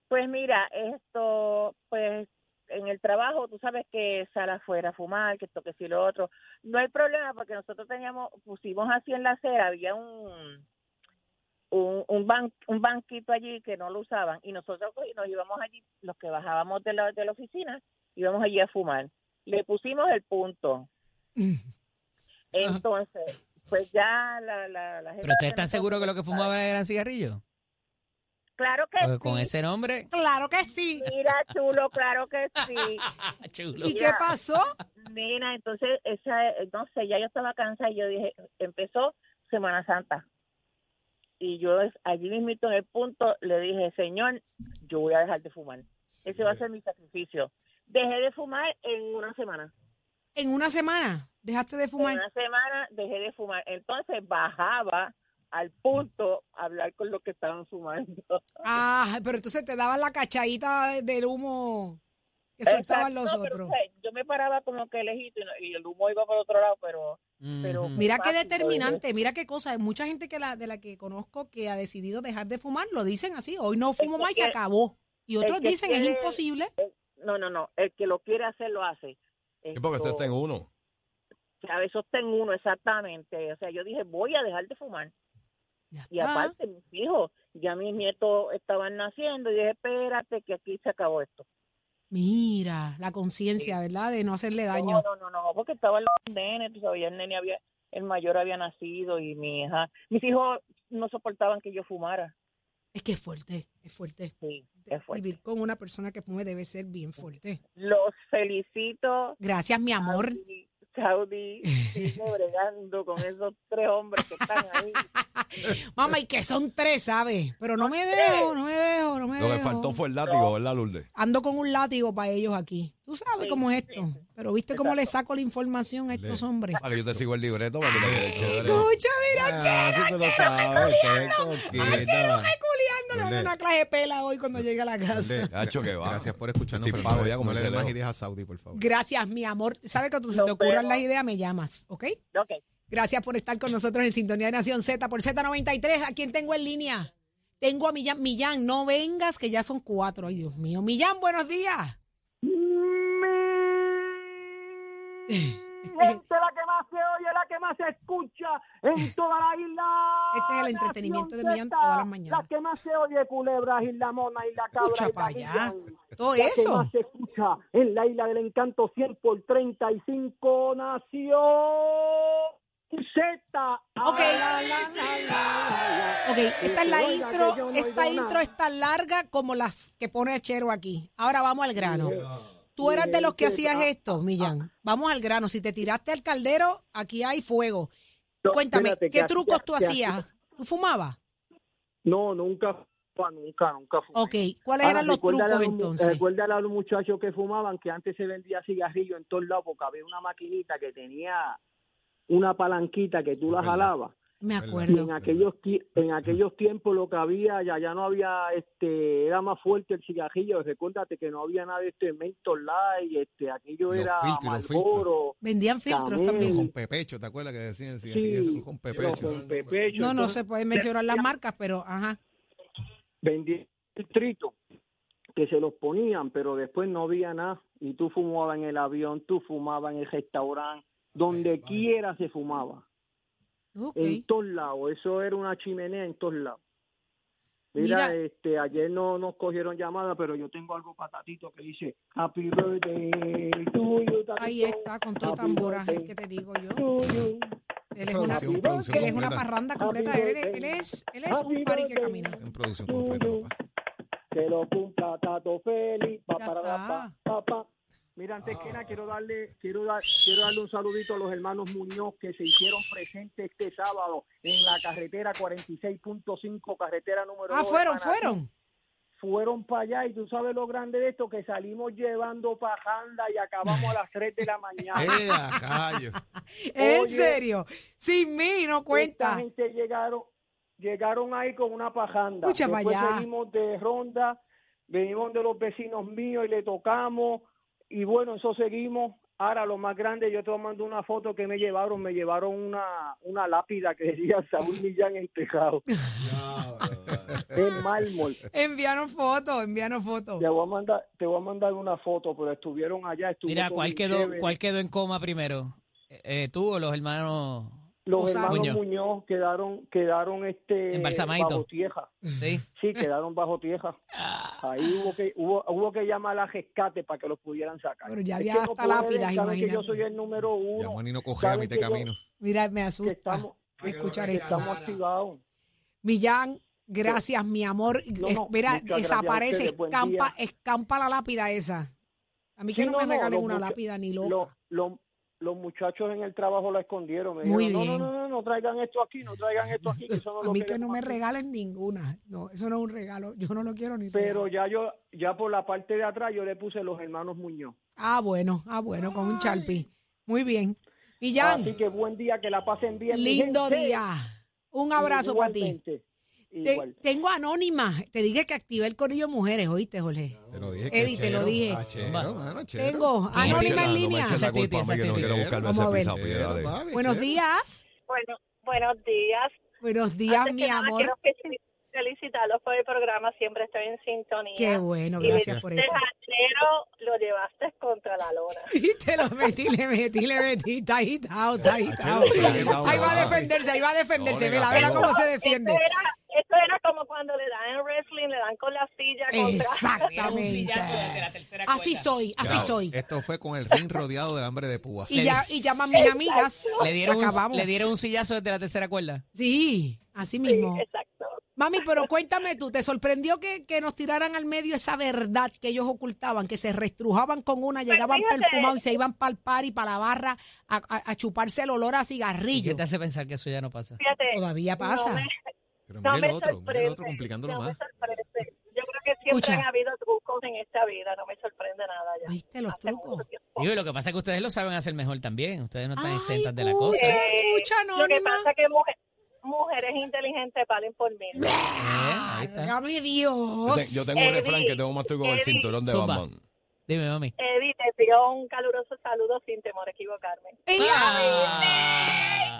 [SPEAKER 7] pues mira esto pues en el trabajo tú sabes que sal afuera a fumar que esto que si lo otro no hay problema porque nosotros teníamos pusimos así en la acera había un un, un, ban- un banquito allí que no lo usaban y nosotros pues, nos íbamos allí, los que bajábamos de la, de la oficina, íbamos allí a fumar. Le pusimos el punto. Entonces, pues ya la, la, la
[SPEAKER 3] ¿Pero ustedes están seguros que lo que fumaban eran cigarrillos?
[SPEAKER 7] Claro que
[SPEAKER 3] Porque Pues, con
[SPEAKER 7] sí.
[SPEAKER 3] ese nombre,
[SPEAKER 2] Claro que sí.
[SPEAKER 7] Mira, chulo, claro que sí.
[SPEAKER 2] Ah,
[SPEAKER 3] chulo.
[SPEAKER 2] ¿Y qué pasó?
[SPEAKER 7] Mira, entonces, esa, no sé, ya yo estaba cansada y yo dije, empezó Semana Santa. Y yo es- allí mismito en el punto le dije, señor, yo voy a dejar de fumar. Ese va a ser mi sacrificio. Dejé de fumar en una semana.
[SPEAKER 2] En una semana dejaste de
[SPEAKER 7] En
[SPEAKER 2] fumar.
[SPEAKER 7] una semana dejé de fumar. Entonces bajaba al punto a hablar con los que estaban fumando.
[SPEAKER 2] Ah, pero entonces te daban la cachadita de- del humo que soltaban
[SPEAKER 7] Exacto,
[SPEAKER 2] los
[SPEAKER 7] no, pero,
[SPEAKER 2] otros.
[SPEAKER 7] o sea, yo me paraba como que lejito y, no- y el humo iba por otro lado, pero... pero
[SPEAKER 3] Ujú.
[SPEAKER 2] Mira qué
[SPEAKER 7] fácil,
[SPEAKER 2] determinante, mira qué cosa. Hay mucha gente que la, de la que conozco que ha decidido dejar de fumar, lo dicen así, hoy no fumo
[SPEAKER 7] que
[SPEAKER 2] más y se
[SPEAKER 7] quiere-
[SPEAKER 2] acabó. Y otros
[SPEAKER 7] que
[SPEAKER 2] dicen, es
[SPEAKER 7] quiere-
[SPEAKER 2] imposible.
[SPEAKER 7] No, no, no. El que lo quiere hacer, lo hace.
[SPEAKER 6] Es porque usted está en uno.
[SPEAKER 7] A veces está en uno, exactamente. O sea, yo dije, voy a dejar de fumar.
[SPEAKER 2] Ya
[SPEAKER 7] Y
[SPEAKER 2] está.
[SPEAKER 7] aparte, mis hijos, ya mis nietos estaban naciendo. Y dije, espérate, que aquí se acabó esto.
[SPEAKER 2] Mira, la conciencia, ¿verdad? De no hacerle daño.
[SPEAKER 7] No, no, no, no, porque estaban los nenes. Tú sabes, ya el nene había, el mayor había nacido y mi hija. Mis hijos no soportaban que yo fumara.
[SPEAKER 2] Es que es fuerte, es fuerte.
[SPEAKER 7] Sí, es fuerte.
[SPEAKER 2] Vivir con una persona que fume debe ser bien fuerte.
[SPEAKER 7] Los felicito.
[SPEAKER 2] Gracias, mi amor.
[SPEAKER 7] Saudi, Saudi, sigo bregando con esos tres hombres que están ahí.
[SPEAKER 2] Mamá, y que son tres, ¿sabes? Pero no me dejo, no me dejo, no me
[SPEAKER 6] Lo que
[SPEAKER 2] dejo.
[SPEAKER 6] faltó fue el látigo, ¿verdad, Lourdes?
[SPEAKER 2] Ando con un látigo para ellos aquí. Tú sabes
[SPEAKER 7] Sí,
[SPEAKER 2] cómo es esto. Pero viste cómo le saco la información a estos hombres.
[SPEAKER 6] Para que yo te sigo el libreto, para que te quede chévere.
[SPEAKER 2] Escucha, mira,
[SPEAKER 4] Ah, eso te lo sabes, qué coqueta.
[SPEAKER 2] culiando, le doy una clase de pela hoy cuando llegue a la casa.
[SPEAKER 4] Lourdes,
[SPEAKER 6] Hacho, que va.
[SPEAKER 4] Gracias por escucharnos.
[SPEAKER 6] Estoy
[SPEAKER 4] pero
[SPEAKER 6] pago
[SPEAKER 4] no le-
[SPEAKER 6] ya, como
[SPEAKER 4] no le
[SPEAKER 6] se
[SPEAKER 4] dé más
[SPEAKER 6] leo.
[SPEAKER 4] ideas a Saudi, por favor.
[SPEAKER 2] Gracias, mi amor. Sabes que tú, si
[SPEAKER 7] Nos
[SPEAKER 2] te ocurran
[SPEAKER 7] vemos.
[SPEAKER 2] las ideas, me llamas, ¿ok?
[SPEAKER 7] Ok.
[SPEAKER 2] Gracias por estar con nosotros en Sintonía de Nación Z por Z93. ¿A quién tengo en línea? Tengo a Millán. Millán, no vengas, que ya son cuatro. Ay, Dios mío. Millán, buenos días.
[SPEAKER 7] Mm.
[SPEAKER 2] Este es-
[SPEAKER 8] gente la que más se oye, la que más se escucha en toda la isla.
[SPEAKER 2] Este es el entretenimiento de Millán
[SPEAKER 8] Nación
[SPEAKER 2] todas las
[SPEAKER 8] Z,
[SPEAKER 2] mañanas.
[SPEAKER 8] La que más se oye, culebras, Isla Mona, Isla Cabra,
[SPEAKER 2] Escucha
[SPEAKER 8] Isla
[SPEAKER 2] para allá.
[SPEAKER 8] Millán.
[SPEAKER 2] Todo
[SPEAKER 8] La que
[SPEAKER 2] eso.
[SPEAKER 8] más se escucha en la Isla del Encanto 100 por 35 Nación Z.
[SPEAKER 2] Ok. Ok, esta es la intro, esta intro es tan larga como las que pone Chero aquí. Ahora vamos al grano. Tú eras de los que
[SPEAKER 8] ah,
[SPEAKER 2] hacías esto, Millán. Vamos al grano. Si te tiraste al caldero, aquí hay fuego.
[SPEAKER 8] No,
[SPEAKER 2] Cuéntame,
[SPEAKER 8] espérate,
[SPEAKER 2] ¿qué
[SPEAKER 8] que
[SPEAKER 2] trucos
[SPEAKER 8] hacía-
[SPEAKER 2] tú
[SPEAKER 8] que
[SPEAKER 2] hacías? ¿Tú fumabas?
[SPEAKER 8] No, nunca, fumaba, nunca, nunca fumé.
[SPEAKER 2] Ok, ¿cuáles
[SPEAKER 8] Ahora,
[SPEAKER 2] eran los
[SPEAKER 8] recuérdale
[SPEAKER 2] trucos
[SPEAKER 8] a los mu-
[SPEAKER 2] entonces?
[SPEAKER 8] Recuérdale a los muchachos que fumaban que antes se vendía cigarrillo en todos lados porque había una maquinita que tenía una palanquita que tú la
[SPEAKER 4] Verdad.
[SPEAKER 8] jalabas.
[SPEAKER 2] Me
[SPEAKER 8] Y en
[SPEAKER 2] acuerdo.
[SPEAKER 8] aquellos, ti- en aquellos tiempos lo que había, ya, ya no había, este era más fuerte el cigarrillo. Recuérdate que no había nada de este Mentor Light, este, aquello
[SPEAKER 4] Los
[SPEAKER 8] era
[SPEAKER 4] filtros, los
[SPEAKER 8] Marlboro,
[SPEAKER 2] Vendían filtros
[SPEAKER 8] Camel.
[SPEAKER 4] Los
[SPEAKER 2] también.
[SPEAKER 4] Con pepecho, ¿te acuerdas que decían el cigarrillo
[SPEAKER 8] Sí,
[SPEAKER 4] ese con
[SPEAKER 8] los
[SPEAKER 4] pepecho?
[SPEAKER 8] con pepecho.
[SPEAKER 2] No, no
[SPEAKER 8] Entonces,
[SPEAKER 2] se pueden mencionar las marcas, pero ajá.
[SPEAKER 8] vendían filtritos que se los ponían, pero después no había nada. Y tú fumabas en el avión, tú fumabas en el restaurante, donde quiera se fumaba,
[SPEAKER 2] Ok.
[SPEAKER 8] en todos lados. Eso era una chimenea en todos lados. Mira,
[SPEAKER 2] Mira.
[SPEAKER 8] este, ayer no nos cogieron llamada, pero yo tengo algo patatito que dice Happy birthday to you, tatito.
[SPEAKER 2] Ahí está, con todo
[SPEAKER 8] Happy
[SPEAKER 2] tamboraje
[SPEAKER 8] birthday
[SPEAKER 2] que te digo yo.
[SPEAKER 8] to you.
[SPEAKER 2] Él es una,
[SPEAKER 4] Producción, producción
[SPEAKER 2] él es una
[SPEAKER 4] completa.
[SPEAKER 2] parranda completa. Él, es- él es, él es un pari que camina.
[SPEAKER 4] En producción completa, papá.
[SPEAKER 8] Que lo cumpla Tato Félix. Pa,
[SPEAKER 2] Ya
[SPEAKER 8] para,
[SPEAKER 2] está.
[SPEAKER 8] pa, pa, pa. Mira, antes que nada, quiero darle, quiero, dar, quiero darle un saludito a los hermanos Muñoz que se hicieron presentes este sábado en la carretera 46.5, carretera número
[SPEAKER 2] Ah,
[SPEAKER 8] dos de
[SPEAKER 2] fueron,
[SPEAKER 8] Manatí.
[SPEAKER 2] fueron.
[SPEAKER 8] Fueron para allá y tú sabes lo grande de esto, que salimos llevando pajanda y acabamos a las 3 de la mañana.
[SPEAKER 4] ¡Eh, a callo!
[SPEAKER 2] ¿En
[SPEAKER 8] Oye.
[SPEAKER 2] serio? Sin mí, no
[SPEAKER 8] Esta
[SPEAKER 2] cuenta.
[SPEAKER 8] gente llegaron, llegaron ahí con una pajanda.
[SPEAKER 2] Escucha pa'
[SPEAKER 8] Después
[SPEAKER 2] allá.
[SPEAKER 8] venimos de ronda, venimos de los vecinos míos y le tocamos. Y bueno, eso seguimos. Ahora lo más grande, yo te mando una foto que me llevaron, me llevaron una, una lápida que decía Saúl Millán en tejado, en mármol.
[SPEAKER 2] Enviaron fotos, enviaron fotos.
[SPEAKER 8] Te voy a mandar, te voy a mandar una foto, pero estuvieron allá, estuvieron
[SPEAKER 3] Mira, ¿cuál quedó, ¿cuál quedó en coma primero? Eh, eh, ¿Tú o los hermanos
[SPEAKER 8] Los
[SPEAKER 2] Gonzalo.
[SPEAKER 8] hermanos
[SPEAKER 3] Muñoz.
[SPEAKER 8] Muñoz, quedaron, quedaron este
[SPEAKER 3] Embalsamaditos.
[SPEAKER 8] bajo tierra.
[SPEAKER 3] Sí.
[SPEAKER 8] Sí, quedaron bajo tierra.
[SPEAKER 2] Ah.
[SPEAKER 8] Ahí hubo que, hubo, hubo que llamar a rescate para que los pudieran sacar.
[SPEAKER 2] Pero ya
[SPEAKER 8] Es que
[SPEAKER 2] había
[SPEAKER 8] no
[SPEAKER 2] hasta
[SPEAKER 8] pueden,
[SPEAKER 2] lápidas,
[SPEAKER 8] saben que yo
[SPEAKER 2] imagínate.
[SPEAKER 8] soy el número
[SPEAKER 4] Ya
[SPEAKER 8] uno,
[SPEAKER 4] Juanino cogea a
[SPEAKER 8] saben
[SPEAKER 4] mitad
[SPEAKER 8] que
[SPEAKER 4] de
[SPEAKER 8] yo-
[SPEAKER 4] camino.
[SPEAKER 2] Mira, me
[SPEAKER 8] que
[SPEAKER 2] asusta
[SPEAKER 8] estamos,
[SPEAKER 2] ah, escuchar
[SPEAKER 8] que
[SPEAKER 2] esto.
[SPEAKER 8] estamos activados.
[SPEAKER 2] Millán, gracias, mi amor.
[SPEAKER 8] No, no,
[SPEAKER 2] Es- Mira,
[SPEAKER 8] muchas gracias a
[SPEAKER 2] desaparece,
[SPEAKER 8] ustedes, buen
[SPEAKER 2] escampa,
[SPEAKER 8] día.
[SPEAKER 2] escampa la lápida esa. A mí que
[SPEAKER 8] Sí,
[SPEAKER 2] no,
[SPEAKER 8] no,
[SPEAKER 2] me
[SPEAKER 8] no,
[SPEAKER 2] regalen
[SPEAKER 8] los
[SPEAKER 2] una
[SPEAKER 8] mucha-
[SPEAKER 2] lápida ni loca.
[SPEAKER 8] Lo- lo- los muchachos en el trabajo la escondieron. Me
[SPEAKER 2] Muy
[SPEAKER 8] dijeron,
[SPEAKER 2] bien.
[SPEAKER 8] No, no, no, no, no traigan esto aquí, no traigan esto aquí. que eso no
[SPEAKER 2] A
[SPEAKER 8] lo
[SPEAKER 2] mí que no
[SPEAKER 8] queremos
[SPEAKER 2] me
[SPEAKER 8] aquí".
[SPEAKER 2] regalen ninguna. No, eso no es un regalo. Yo no lo quiero ni
[SPEAKER 8] Pero
[SPEAKER 2] regalo.
[SPEAKER 8] ya yo, ya por la parte de atrás, yo le puse los hermanos Muñoz.
[SPEAKER 2] Ah, bueno, ah, bueno, con un charpi. Muy bien. Millán,
[SPEAKER 8] Así que buen día, que la pasen bien. mi
[SPEAKER 2] lindo
[SPEAKER 8] gente.
[SPEAKER 2] día. Un abrazo para ti.
[SPEAKER 8] Igualmente,
[SPEAKER 2] Te-
[SPEAKER 8] igual.
[SPEAKER 2] tengo anónima. Te dije que activé el corillo de mujeres, ¿oíste, Jorge?
[SPEAKER 4] Te lo dije.
[SPEAKER 2] Eddie, te lo
[SPEAKER 4] cachero,
[SPEAKER 2] dije.
[SPEAKER 4] cachero, mano, chero.
[SPEAKER 2] Tengo
[SPEAKER 4] me eches
[SPEAKER 2] anónima
[SPEAKER 4] la-
[SPEAKER 2] en
[SPEAKER 4] no me
[SPEAKER 2] línea.
[SPEAKER 6] eches la
[SPEAKER 3] Esa es
[SPEAKER 6] culpa a mí
[SPEAKER 3] Titi,
[SPEAKER 6] que
[SPEAKER 3] esa
[SPEAKER 6] no
[SPEAKER 3] es
[SPEAKER 6] quiero
[SPEAKER 3] Titi.
[SPEAKER 6] buscarme
[SPEAKER 2] Vamos a
[SPEAKER 6] ese
[SPEAKER 2] ver.
[SPEAKER 6] pisado. pues,
[SPEAKER 4] Chero,
[SPEAKER 6] dale.
[SPEAKER 4] papi,
[SPEAKER 2] Buenos
[SPEAKER 4] chero.
[SPEAKER 2] días.
[SPEAKER 7] Bueno, buenos días.
[SPEAKER 2] Buenos días,
[SPEAKER 7] Antes
[SPEAKER 2] mi
[SPEAKER 7] que nada,
[SPEAKER 2] amor.
[SPEAKER 7] Quiero felici- felicitarlos por el programa, siempre estoy en sintonía.
[SPEAKER 2] Qué bueno,
[SPEAKER 7] Y
[SPEAKER 2] gracias
[SPEAKER 4] me-
[SPEAKER 2] por
[SPEAKER 7] Este
[SPEAKER 2] eso.
[SPEAKER 7] jaleo lo llevaste contra la lona.
[SPEAKER 2] Y te lo metí, le metí, le metí. Está agitado, está agitado.
[SPEAKER 6] Chelo, se ha agitado,
[SPEAKER 2] Ahí va a
[SPEAKER 6] ¿verdad?
[SPEAKER 2] defenderse, ahí va a defenderse.
[SPEAKER 6] No,
[SPEAKER 2] Vela,
[SPEAKER 6] venga,
[SPEAKER 2] vela
[SPEAKER 6] pero-
[SPEAKER 2] cómo
[SPEAKER 8] Este
[SPEAKER 2] se defiende.
[SPEAKER 7] Esto era, esto era como cuando le dan en wrestling, le dan con la silla contra...
[SPEAKER 2] Exactamente. Así soy, así
[SPEAKER 4] Claro,
[SPEAKER 2] soy.
[SPEAKER 4] Esto fue con el ring rodeado del hambre de púas.
[SPEAKER 2] Y, ya, y llaman mis amigas.
[SPEAKER 3] Le dieron, un,
[SPEAKER 2] Acabamos.
[SPEAKER 3] le dieron un sillazo desde la tercera cuerda.
[SPEAKER 2] Sí, así
[SPEAKER 7] Sí,
[SPEAKER 2] mismo.
[SPEAKER 7] exacto.
[SPEAKER 2] Mami, pero cuéntame tú, ¿te sorprendió que, que nos tiraran al medio esa verdad que ellos ocultaban, que se restrujaban con una, llegaban
[SPEAKER 7] fíjate.
[SPEAKER 2] perfumados y se iban para el par y para la barra a, a- a chuparse el olor a
[SPEAKER 3] ¿Y
[SPEAKER 2] cigarrillo?
[SPEAKER 3] qué te hace pensar que eso ya no pasa?
[SPEAKER 7] Fíjate,
[SPEAKER 2] Todavía
[SPEAKER 7] no
[SPEAKER 2] pasa.
[SPEAKER 7] me-
[SPEAKER 4] Pero
[SPEAKER 7] No
[SPEAKER 4] mira
[SPEAKER 7] me
[SPEAKER 4] el otro, mira el
[SPEAKER 7] sorprende.
[SPEAKER 4] otro complicándolo
[SPEAKER 7] no me
[SPEAKER 4] más.
[SPEAKER 7] sorprende. Yo creo que siempre
[SPEAKER 2] Escucha.
[SPEAKER 7] han habido trucos en esta vida, no me sorprende nada ya.
[SPEAKER 2] ¿Viste los
[SPEAKER 7] Hace
[SPEAKER 2] trucos?
[SPEAKER 7] mucho tiempo.
[SPEAKER 3] Digo, y lo que pasa es que ustedes lo saben hacer mejor también. Ustedes no están
[SPEAKER 2] Ay,
[SPEAKER 3] exentas de la
[SPEAKER 2] escucha.
[SPEAKER 3] cosa.
[SPEAKER 2] Eh, escucha,
[SPEAKER 7] Lo que
[SPEAKER 2] Anónima.
[SPEAKER 7] pasa es que mujer- mujeres inteligentes valen por mil.
[SPEAKER 3] ahí está.
[SPEAKER 2] ¡Válgame
[SPEAKER 6] Yo,
[SPEAKER 2] Dios!
[SPEAKER 6] te- yo tengo un
[SPEAKER 7] Eddie,
[SPEAKER 6] refrán que tengo más estoy con el
[SPEAKER 7] Eddie.
[SPEAKER 6] cinturón de
[SPEAKER 3] Zumba.
[SPEAKER 6] Batman.
[SPEAKER 3] Dime, mami.
[SPEAKER 7] Eddie, te pido un caluroso saludo sin temor a equivocarme.
[SPEAKER 2] ¡Ey,
[SPEAKER 3] Ah.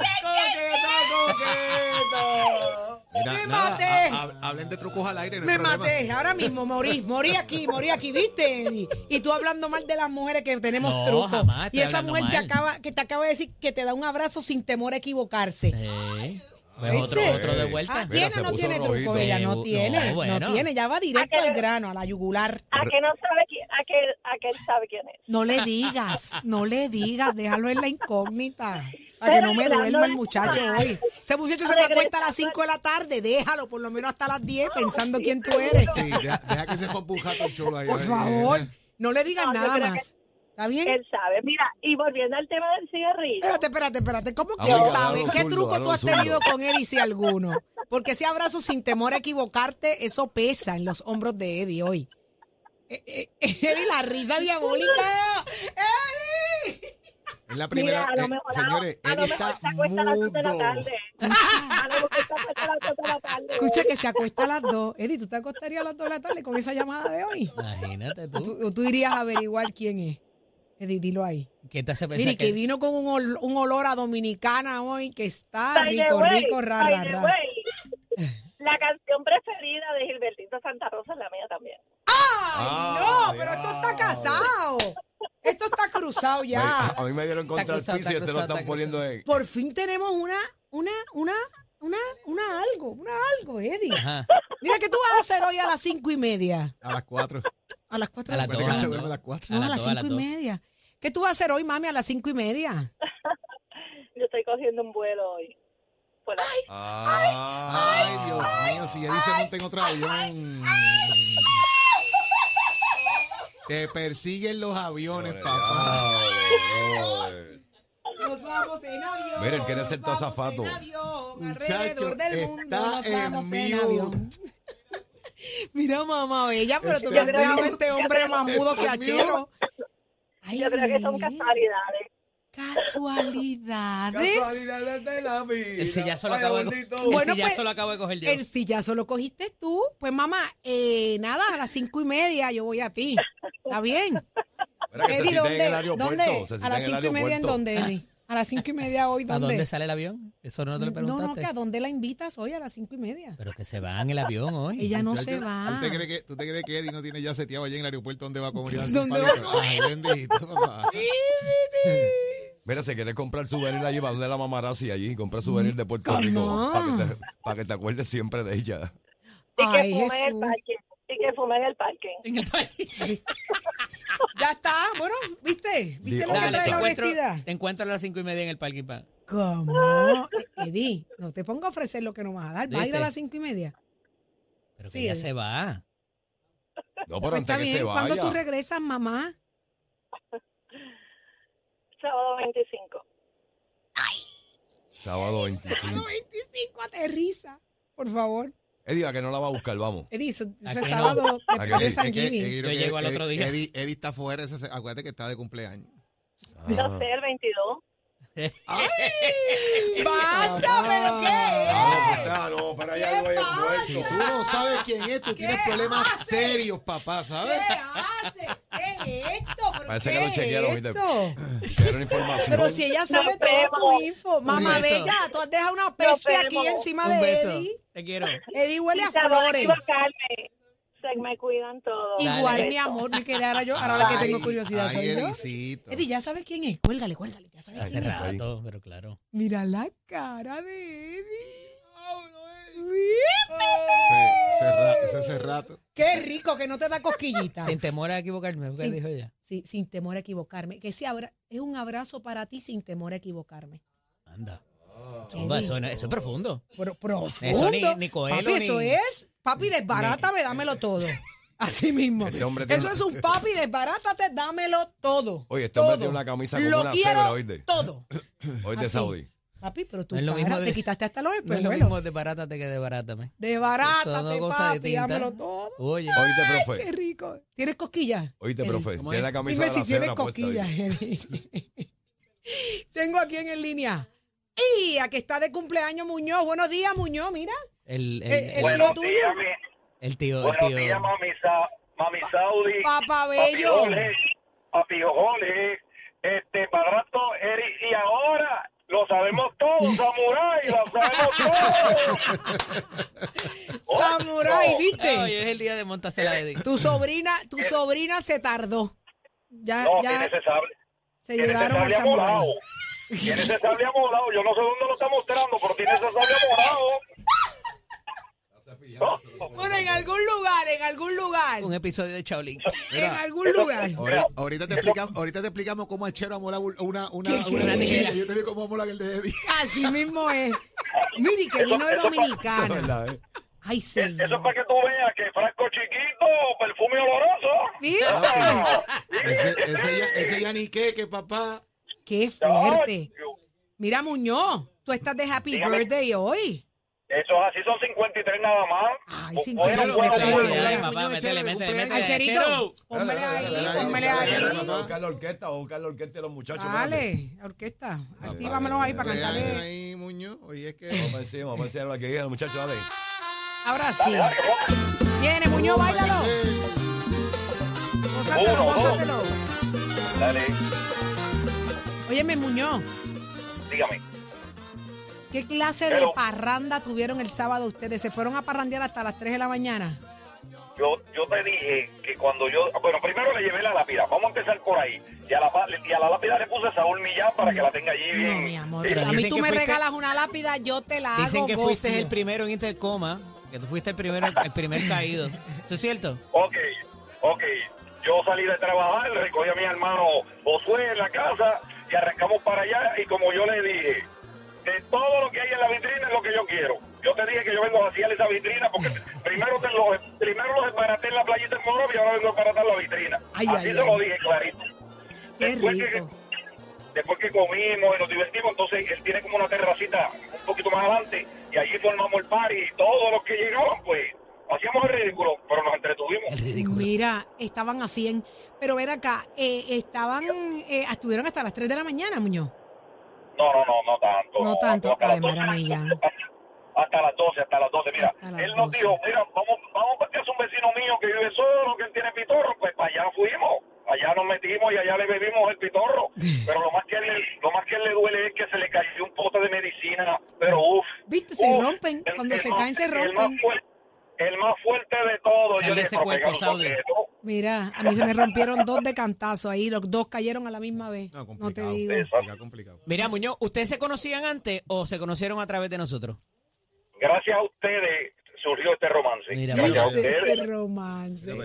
[SPEAKER 4] Mira,
[SPEAKER 2] Me
[SPEAKER 4] nada,
[SPEAKER 2] maté.
[SPEAKER 4] ha- ha- hablen de trucos al aire.
[SPEAKER 2] a
[SPEAKER 4] no
[SPEAKER 2] mí!
[SPEAKER 4] hay
[SPEAKER 2] Me
[SPEAKER 4] problema.
[SPEAKER 2] maté, ahora mismo morí, morí aquí, morí aquí, ¿viste? Eddie? Y, tú hablando mal de las mujeres que tenemos
[SPEAKER 3] No,
[SPEAKER 2] trucos.
[SPEAKER 3] jamás estoy
[SPEAKER 2] y esa
[SPEAKER 3] hablando
[SPEAKER 2] mujer te
[SPEAKER 3] mal.
[SPEAKER 2] acaba, que te acaba de decir que te da un abrazo sin temor a equivocarse.
[SPEAKER 3] Eh, pues otro,
[SPEAKER 2] ¿Viste?
[SPEAKER 3] otro de
[SPEAKER 2] Ah,
[SPEAKER 3] vuelta.
[SPEAKER 6] Mira,
[SPEAKER 2] tiene
[SPEAKER 6] se
[SPEAKER 2] o no
[SPEAKER 6] puso
[SPEAKER 2] tiene truco,
[SPEAKER 6] rojito.
[SPEAKER 2] ella
[SPEAKER 3] Eh,
[SPEAKER 2] no
[SPEAKER 3] bu-
[SPEAKER 2] tiene,
[SPEAKER 3] no,
[SPEAKER 2] no,
[SPEAKER 3] bueno.
[SPEAKER 2] tiene, ya va directo
[SPEAKER 7] Aquel-
[SPEAKER 2] al grano, a la yugular.
[SPEAKER 7] A que no sabe quién, a que, a que él sabe quién es.
[SPEAKER 2] No le digas, no le digas, déjalo en la incógnita. Para que no me
[SPEAKER 7] Pero
[SPEAKER 2] duerma el
[SPEAKER 7] hablando de-
[SPEAKER 2] muchacho hoy. Este muchacho se me
[SPEAKER 7] Regresando-
[SPEAKER 2] acuesta a las 5 de la tarde, déjalo por lo menos hasta las 10 pensando quién tú eres.
[SPEAKER 4] Sí, deja, deja que se compuja tu chulo ahí.
[SPEAKER 2] Por
[SPEAKER 4] eh,
[SPEAKER 2] favor,
[SPEAKER 4] eh.
[SPEAKER 2] no le digas
[SPEAKER 7] No, yo
[SPEAKER 2] nada
[SPEAKER 7] creo
[SPEAKER 2] más. ¿Está bien?
[SPEAKER 7] Él sabe. Mira, y volviendo al tema del cigarrillo.
[SPEAKER 2] Espérate, espérate, espérate. ¿Cómo que
[SPEAKER 6] Vamos a
[SPEAKER 2] él
[SPEAKER 6] darle
[SPEAKER 2] sabe?
[SPEAKER 6] un
[SPEAKER 2] ¿Qué
[SPEAKER 6] zurdo,
[SPEAKER 2] truco
[SPEAKER 6] darle
[SPEAKER 2] tú
[SPEAKER 6] un
[SPEAKER 2] has tenido
[SPEAKER 6] zurdo.
[SPEAKER 2] con Eddie, si alguno? Porque ese abrazo sin temor a equivocarte, eso pesa en los hombros de Eddie hoy. Eh, eh, Eddie, la risa diabólica. ¡Eddie!
[SPEAKER 4] Es la
[SPEAKER 7] Mira,
[SPEAKER 4] primera.
[SPEAKER 7] a lo
[SPEAKER 4] eh,
[SPEAKER 7] mejor, a-
[SPEAKER 4] señores,
[SPEAKER 7] a,
[SPEAKER 4] él
[SPEAKER 7] lo mejor
[SPEAKER 4] está
[SPEAKER 7] se acuesta a las dos de la
[SPEAKER 4] mudo.
[SPEAKER 7] tarde. A lo mejor se acuesta a las dos de la tarde.
[SPEAKER 2] Escucha que se acuesta a las dos. Eddie, ¿tú te acostarías a las dos de la tarde con esa llamada de hoy?
[SPEAKER 3] Imagínate
[SPEAKER 2] ¿O
[SPEAKER 3] tú.
[SPEAKER 2] tú, o tú irías a averiguar quién es? Eddie, dilo ahí.
[SPEAKER 3] ¿Qué te hace pensar
[SPEAKER 2] Mire, que
[SPEAKER 3] que-
[SPEAKER 2] vino con un ol- un olor, a dominicana hoy que está
[SPEAKER 7] By the
[SPEAKER 2] rico,
[SPEAKER 7] way,
[SPEAKER 2] rico, ra,
[SPEAKER 7] by
[SPEAKER 2] ra,
[SPEAKER 7] the
[SPEAKER 2] ra.
[SPEAKER 7] way, La canción preferida de Gilbertito Santa Rosa es la mía también.
[SPEAKER 3] Ah,
[SPEAKER 2] ¡Ay, no! Pero esto está casado. Esto está cruzado ya.
[SPEAKER 3] Pues,
[SPEAKER 6] A mí me dieron contra el
[SPEAKER 3] cruzado,
[SPEAKER 6] piso y
[SPEAKER 3] está
[SPEAKER 6] te lo
[SPEAKER 3] cruzado,
[SPEAKER 6] están
[SPEAKER 3] está
[SPEAKER 6] poniendo en.
[SPEAKER 2] Por fin tenemos una, una, una, una, una algo, una algo, Eddie.
[SPEAKER 3] Ajá.
[SPEAKER 2] Mira, ¿qué tú vas a hacer hoy a las cinco y media?
[SPEAKER 4] A las 4.
[SPEAKER 2] A las cuatro
[SPEAKER 3] A
[SPEAKER 2] de la
[SPEAKER 3] las dos, a
[SPEAKER 4] Acuérdate que él
[SPEAKER 3] las
[SPEAKER 4] se
[SPEAKER 3] dos.
[SPEAKER 4] duerme a las 4.
[SPEAKER 2] No, a
[SPEAKER 3] a
[SPEAKER 2] las
[SPEAKER 3] las dos, a las
[SPEAKER 2] cinco y
[SPEAKER 3] dos.
[SPEAKER 2] media. ¿Qué tú vas a hacer hoy, mami, a las cinco y media?
[SPEAKER 7] Yo estoy cogiendo un vuelo hoy. Por la-
[SPEAKER 6] Ah,
[SPEAKER 4] Ay, Dios mío, si ya dice monten otro avión. Te persiguen los aviones, papá.
[SPEAKER 6] brother.
[SPEAKER 2] Nos vamos en avión.
[SPEAKER 6] Miren, quiere
[SPEAKER 2] nos
[SPEAKER 6] ser todo
[SPEAKER 2] vamos
[SPEAKER 6] azafato.
[SPEAKER 2] en avión,
[SPEAKER 4] Muchacho,
[SPEAKER 2] alrededor del mundo.
[SPEAKER 4] está
[SPEAKER 2] nos
[SPEAKER 4] en
[SPEAKER 2] vamos en
[SPEAKER 4] mute.
[SPEAKER 2] avión. Mira, mamá bella, pero tú
[SPEAKER 4] Está
[SPEAKER 2] me has
[SPEAKER 4] en
[SPEAKER 2] dejado
[SPEAKER 4] mute.
[SPEAKER 2] este hombre mamudo
[SPEAKER 4] Está en
[SPEAKER 2] cachero. Ay,
[SPEAKER 7] Yo creo que son
[SPEAKER 2] mira.
[SPEAKER 7] casualidades.
[SPEAKER 2] Casualidades.
[SPEAKER 3] El sillazo lo acabo de coger.
[SPEAKER 2] Bueno,
[SPEAKER 3] El sillazo
[SPEAKER 2] pues,
[SPEAKER 3] lo acabo de coger yo.
[SPEAKER 2] El sillazo lo cogiste tú. Pues mamá, eh, nada, a las cinco y media yo voy a ti. ¿Está bien?
[SPEAKER 6] Mira que se
[SPEAKER 2] Eddie,
[SPEAKER 6] cita en
[SPEAKER 2] Eh,
[SPEAKER 6] el
[SPEAKER 2] ¿dónde?
[SPEAKER 6] aeropuerto.
[SPEAKER 2] ¿Dónde?
[SPEAKER 6] se cita
[SPEAKER 2] ¿A las
[SPEAKER 6] en el
[SPEAKER 2] cinco y media en
[SPEAKER 6] aeropuerto.
[SPEAKER 2] dónde, Eddie? ¿A las cinco y media hoy
[SPEAKER 3] ¿A
[SPEAKER 2] dónde?
[SPEAKER 3] dónde sale el avión? Eso no te lo
[SPEAKER 2] No,
[SPEAKER 3] preguntaste.
[SPEAKER 2] no, que a dónde la invitas hoy a las cinco y media.
[SPEAKER 3] Pero que se va en el avión hoy.
[SPEAKER 2] Ella no se
[SPEAKER 4] Muchacho,
[SPEAKER 2] va.
[SPEAKER 4] ¿Tú te, crees que, ¿Tú te crees que Eddie no tiene ya seteado allá en el aeropuerto donde va a comer?
[SPEAKER 2] ¿Dónde va a comer?
[SPEAKER 4] Ay, bendito, papá.
[SPEAKER 6] Mira, se quiere comprar souvenir allí, va donde la mamarazzi allí, compra souvenir de Puerto Rico para que, te, pa' que te acuerdes siempre de ella.
[SPEAKER 8] Y que
[SPEAKER 2] Ay,
[SPEAKER 8] fumé en el
[SPEAKER 2] Jesús.
[SPEAKER 8] parque. Y que fumé en el parque.
[SPEAKER 3] En el país.
[SPEAKER 2] Ya está, bueno, ¿viste? ¿Viste
[SPEAKER 6] The
[SPEAKER 2] lo que trae
[SPEAKER 6] only
[SPEAKER 3] te
[SPEAKER 2] la
[SPEAKER 6] side.
[SPEAKER 3] encuentro,
[SPEAKER 2] honestidad?
[SPEAKER 3] te encuentro a las cinco y media en el parking pa.
[SPEAKER 2] ¿Cómo? Eddie, no te ponga a ofrecer lo que no vas a dar. ¿Va a ir a
[SPEAKER 3] ¿Viste?
[SPEAKER 2] las cinco y media?
[SPEAKER 3] Pero que
[SPEAKER 2] Sí,
[SPEAKER 3] ya
[SPEAKER 2] eh.
[SPEAKER 3] se va.
[SPEAKER 6] No, pero
[SPEAKER 2] Pues
[SPEAKER 6] antes
[SPEAKER 2] está
[SPEAKER 6] que se
[SPEAKER 2] bien.
[SPEAKER 6] vaya.
[SPEAKER 2] ¿Cuándo tú regresas, mamá?
[SPEAKER 8] Sábado 25.
[SPEAKER 6] Sábado 25.
[SPEAKER 2] 25, aterriza, por favor.
[SPEAKER 6] Eddie, a que no la va a buscar, vamos.
[SPEAKER 2] Eddie, eso, eso
[SPEAKER 3] ¿A
[SPEAKER 2] es
[SPEAKER 3] que no?
[SPEAKER 2] sábado
[SPEAKER 6] ¿A
[SPEAKER 2] después
[SPEAKER 6] que
[SPEAKER 2] de
[SPEAKER 6] sí?
[SPEAKER 2] San Giving.
[SPEAKER 3] Yo llego al otro día.
[SPEAKER 4] Eddie, Eddie está fuera, ese- acuérdate que está de cumpleaños.
[SPEAKER 8] No sé, el 22.
[SPEAKER 2] ¡Basta, pero qué!
[SPEAKER 6] Ah, no, pues, ah, no, pero hay algo ahí
[SPEAKER 4] Si
[SPEAKER 6] envuelto.
[SPEAKER 4] tú no sabes quién es, tú tienes problemas serios, papá, ¿sabes?
[SPEAKER 2] haces? ¿Qué es esto? ¿Pero
[SPEAKER 6] Parece
[SPEAKER 2] qué
[SPEAKER 6] que lo
[SPEAKER 2] es
[SPEAKER 6] chequearon, ¿viste?
[SPEAKER 2] esto?
[SPEAKER 6] Pero información.
[SPEAKER 2] Pero si ella sabe
[SPEAKER 8] Nos
[SPEAKER 2] toda tu
[SPEAKER 8] vemos.
[SPEAKER 2] info. Mamá
[SPEAKER 3] beso.
[SPEAKER 2] bella, tú has dejado una peste
[SPEAKER 8] Nos
[SPEAKER 2] aquí
[SPEAKER 8] vemos.
[SPEAKER 2] encima
[SPEAKER 3] Un
[SPEAKER 2] de
[SPEAKER 3] beso.
[SPEAKER 2] Eddie.
[SPEAKER 3] Te quiero.
[SPEAKER 2] Eddie huele a
[SPEAKER 8] Para no
[SPEAKER 2] flores.
[SPEAKER 8] equivocarme. Se me cuidan todos.
[SPEAKER 3] Dale.
[SPEAKER 2] Igual, mi amor, me quedé ahora yo, ahora la que tengo
[SPEAKER 4] Ay,
[SPEAKER 2] curiosidad
[SPEAKER 4] ay,
[SPEAKER 2] soy yo.
[SPEAKER 4] Edicito.
[SPEAKER 2] Eddie, ya sabes quién es. Cuélgale, cuélgale, ya sabes
[SPEAKER 3] Hace
[SPEAKER 2] quién es.
[SPEAKER 6] ahí.
[SPEAKER 3] rato, pero claro.
[SPEAKER 2] Mira la cara de Eddie.
[SPEAKER 4] Se, cerra, ese cerrato.
[SPEAKER 2] Qué rico que no te da cosquillita.
[SPEAKER 3] Sin temor a equivocarme, ¿qué
[SPEAKER 2] Sí.
[SPEAKER 3] dijo ella?
[SPEAKER 2] Sí, sin temor a equivocarme. Que sí, abra- es un abrazo para ti sin temor a equivocarme.
[SPEAKER 3] Anda. Zumba,
[SPEAKER 2] Eddie.
[SPEAKER 3] eso, no- eso es profundo.
[SPEAKER 2] Pero profundo.
[SPEAKER 3] Eso ni- ni Coelho,
[SPEAKER 2] papi, eso
[SPEAKER 3] ni-
[SPEAKER 2] es. Papi, desbarátame, dámelo todo. Así mismo.
[SPEAKER 6] Este hombre tiene-
[SPEAKER 2] eso es un papi, desbarátate, dámelo todo.
[SPEAKER 6] Oye, este hombre
[SPEAKER 2] todo.
[SPEAKER 6] tiene una camisa como
[SPEAKER 2] Lo
[SPEAKER 6] una
[SPEAKER 2] quiero
[SPEAKER 6] cebra, ¿oíste?
[SPEAKER 2] todo.
[SPEAKER 6] Hoy de
[SPEAKER 2] Así.
[SPEAKER 6] Saudi.
[SPEAKER 2] Papi, pero tú
[SPEAKER 3] No es lo mismo de-
[SPEAKER 2] te quitaste hasta los
[SPEAKER 3] No es Pues lo
[SPEAKER 2] espejuelos.
[SPEAKER 3] mismo desbarátate que desbarátame. Son
[SPEAKER 2] Desbarátate,
[SPEAKER 3] dos cosas
[SPEAKER 2] papi,
[SPEAKER 3] distintas.
[SPEAKER 2] dámelo todo.
[SPEAKER 3] Oye,
[SPEAKER 6] Oíste,
[SPEAKER 2] Qué
[SPEAKER 6] profe.
[SPEAKER 2] rico. ¿Tienes cosquillas?
[SPEAKER 6] Oíste,
[SPEAKER 2] Eddie?
[SPEAKER 6] profe. Tiene la camisa
[SPEAKER 2] Dime
[SPEAKER 6] de
[SPEAKER 2] si
[SPEAKER 6] la
[SPEAKER 2] tienes
[SPEAKER 6] cebra puesta.
[SPEAKER 2] cosquillas,
[SPEAKER 6] ¿oíste?
[SPEAKER 2] Eddie. Tengo aquí en el línea. Y a que está de cumpleaños Muñoz. Buenos días, Muñoz, mira.
[SPEAKER 3] el, el,
[SPEAKER 2] El- el
[SPEAKER 3] Eh, el-
[SPEAKER 2] tío
[SPEAKER 9] Buenos
[SPEAKER 2] tuyo.
[SPEAKER 9] días, mi-
[SPEAKER 3] el tío, el
[SPEAKER 9] buenos
[SPEAKER 3] tío.
[SPEAKER 9] días, mami, Sa- mami Saudi.
[SPEAKER 2] Papá
[SPEAKER 9] Papi
[SPEAKER 2] Bello.
[SPEAKER 9] Jorge, papi Jorge, este, padrastro Eric, y ahora lo sabemos todos, Samurai, lo sabemos todos.
[SPEAKER 2] Samurai,
[SPEAKER 3] Ah, Hoy
[SPEAKER 2] ¿viste?
[SPEAKER 3] es el día de montársela de
[SPEAKER 2] Tu sobrina, tu sobrina se tardó. Ya,
[SPEAKER 9] Eh. No,
[SPEAKER 2] ya
[SPEAKER 9] tiene ese sable,
[SPEAKER 2] se
[SPEAKER 9] tiene ese
[SPEAKER 2] llevaron al
[SPEAKER 9] sable
[SPEAKER 2] Samurai.
[SPEAKER 9] amolado. Tiene ese sable amolado, yo no sé dónde lo está mostrando, pero tiene ese sable amolado.
[SPEAKER 2] Bueno, en algún lugar, en algún lugar.
[SPEAKER 3] Un episodio de Shaolin.
[SPEAKER 2] En algún lugar.
[SPEAKER 4] Ahorita, ahorita te explicamos, ahorita te explicamos cómo el chero amó la bul- una, una, una, cuchilla. Yo te digo cómo amó la que el de Eddie.
[SPEAKER 2] Así mismo es. Miri, que vino de Dominicana. Ay,
[SPEAKER 9] Eso es
[SPEAKER 2] señor.
[SPEAKER 9] para que tú veas que Franco chiquito, perfume oloroso.
[SPEAKER 2] ¿Viste?
[SPEAKER 4] Ese, ese, ya, ese ya ni qué, que papá.
[SPEAKER 2] Qué fuerte. Mira, Muñoz, tú estás de Happy
[SPEAKER 9] Dígame.
[SPEAKER 2] Birthday hoy.
[SPEAKER 9] Eso es así, son 53 nada más.
[SPEAKER 2] Ay,
[SPEAKER 9] Bueno,
[SPEAKER 2] 53.
[SPEAKER 9] bueno, pues,
[SPEAKER 4] Ay,
[SPEAKER 9] bueno.
[SPEAKER 4] Felicidades,
[SPEAKER 3] papá,
[SPEAKER 4] Muñoz,
[SPEAKER 3] métele,
[SPEAKER 4] chévere,
[SPEAKER 3] métele, métele.
[SPEAKER 4] cumpleaños.
[SPEAKER 2] Al Cherito,
[SPEAKER 3] Chero.
[SPEAKER 2] pónmele ahí,
[SPEAKER 4] Espera,
[SPEAKER 2] pónmele
[SPEAKER 4] espera,
[SPEAKER 2] ahí.
[SPEAKER 4] espera, espera.
[SPEAKER 6] Buscar la orquesta, buscar la orquesta de los muchachos. espérate.
[SPEAKER 2] Dale, orquesta, actívamelos ahí para
[SPEAKER 4] Cumpleaños
[SPEAKER 2] cantarle.
[SPEAKER 4] ahí, Muñoz. Oye, es
[SPEAKER 6] Vamos
[SPEAKER 4] que.
[SPEAKER 6] para encima, vamos a enseñar aquí al muchacho, dale.
[SPEAKER 2] Ahora sí. Viene, Muñoz, bailalo. Gózatelo,
[SPEAKER 9] Uno, dos.
[SPEAKER 2] gózatelo.
[SPEAKER 9] Dale,
[SPEAKER 2] Óyeme, Muñoz,
[SPEAKER 9] dígame.
[SPEAKER 2] ¿qué clase de
[SPEAKER 9] Hello.
[SPEAKER 2] parranda tuvieron el sábado ustedes? ¿Se fueron a parrandear hasta las 3 de la mañana?
[SPEAKER 9] Yo, yo te dije que cuando yo. Bueno, primero le llevé la lápida. Vamos a empezar por ahí. Y a la, pa- y a la lápida le puse Saúl Millán para que la tenga allí bien.
[SPEAKER 2] No, mi amor.
[SPEAKER 3] Pero
[SPEAKER 2] A mí
[SPEAKER 3] dicen
[SPEAKER 2] tú
[SPEAKER 3] que
[SPEAKER 2] me
[SPEAKER 3] fuiste-
[SPEAKER 2] regalas una lápida, yo te la hago.
[SPEAKER 3] Dicen que fuiste
[SPEAKER 2] gofio.
[SPEAKER 3] el primero en Intercoma, que tú fuiste el primero, el primer caído. ¿Eso es cierto?
[SPEAKER 9] Ok, ok. Yo salí de trabajar, recogí a mi hermano Josué en la casa y arrancamos para allá. Y como yo le dije, de todo lo que hay en la vitrina es lo que yo quiero. Yo te dije que yo vengo a vaciar esa vitrina porque primero, te los, primero los embaraté en la playita en Moro y ahora vengo a embaratar la vitrina.
[SPEAKER 2] Ay,
[SPEAKER 9] Así
[SPEAKER 2] ay,
[SPEAKER 9] se
[SPEAKER 2] ay.
[SPEAKER 9] lo dije clarito.
[SPEAKER 2] Qué
[SPEAKER 9] Después que-
[SPEAKER 2] rico.
[SPEAKER 9] después que comimos y nos divertimos, entonces él tiene como una terracita un poquito más adelante y allí formamos el party y todos los que llegaban, pues hacíamos el ridículo, pero nos entretuvimos.
[SPEAKER 2] Mira, estaban a 100. Pero ven acá, eh, estaban, eh, estuvieron hasta las 3 de la mañana, Muñoz.
[SPEAKER 9] No, no, no, no tanto.
[SPEAKER 2] No tanto,
[SPEAKER 9] hasta las
[SPEAKER 2] Ademar Amellán.
[SPEAKER 9] Hasta las 12, hasta las 12. Mira,
[SPEAKER 2] Hasta las
[SPEAKER 9] él nos
[SPEAKER 2] 12.
[SPEAKER 9] dijo, mira, vamos, vamos para casa de un vecino mío que vive solo, que él tiene pitorro. Pues para allá fuimos, allá nos metimos y allá le bebimos el pitorro. Pero lo más que a él, le- lo más que a él le duele es que se le cayó un pote de medicina, pero uff.
[SPEAKER 2] Viste, se rompen, cuando se caen, se
[SPEAKER 9] Oh, El más,
[SPEAKER 2] rompen.
[SPEAKER 9] fuerte, el más fuerte de todos.
[SPEAKER 3] Sal
[SPEAKER 9] Yo
[SPEAKER 3] de
[SPEAKER 9] le
[SPEAKER 3] ese
[SPEAKER 9] dije, "Pero
[SPEAKER 3] cuerpo,
[SPEAKER 9] pégalo
[SPEAKER 3] Saudi".
[SPEAKER 9] completo.
[SPEAKER 2] Mira, a mí se me rompieron dos de cantazo ahí, los dos cayeron a la misma vez. No, te digo.
[SPEAKER 3] Mira, Muñoz, ¿ustedes se conocían antes o se conocieron a través de nosotros?
[SPEAKER 9] Gracias a ustedes surgió este romance.
[SPEAKER 3] Mira,
[SPEAKER 9] Gracias a
[SPEAKER 2] Este,
[SPEAKER 9] ustedes.
[SPEAKER 2] este romance.
[SPEAKER 9] Sí.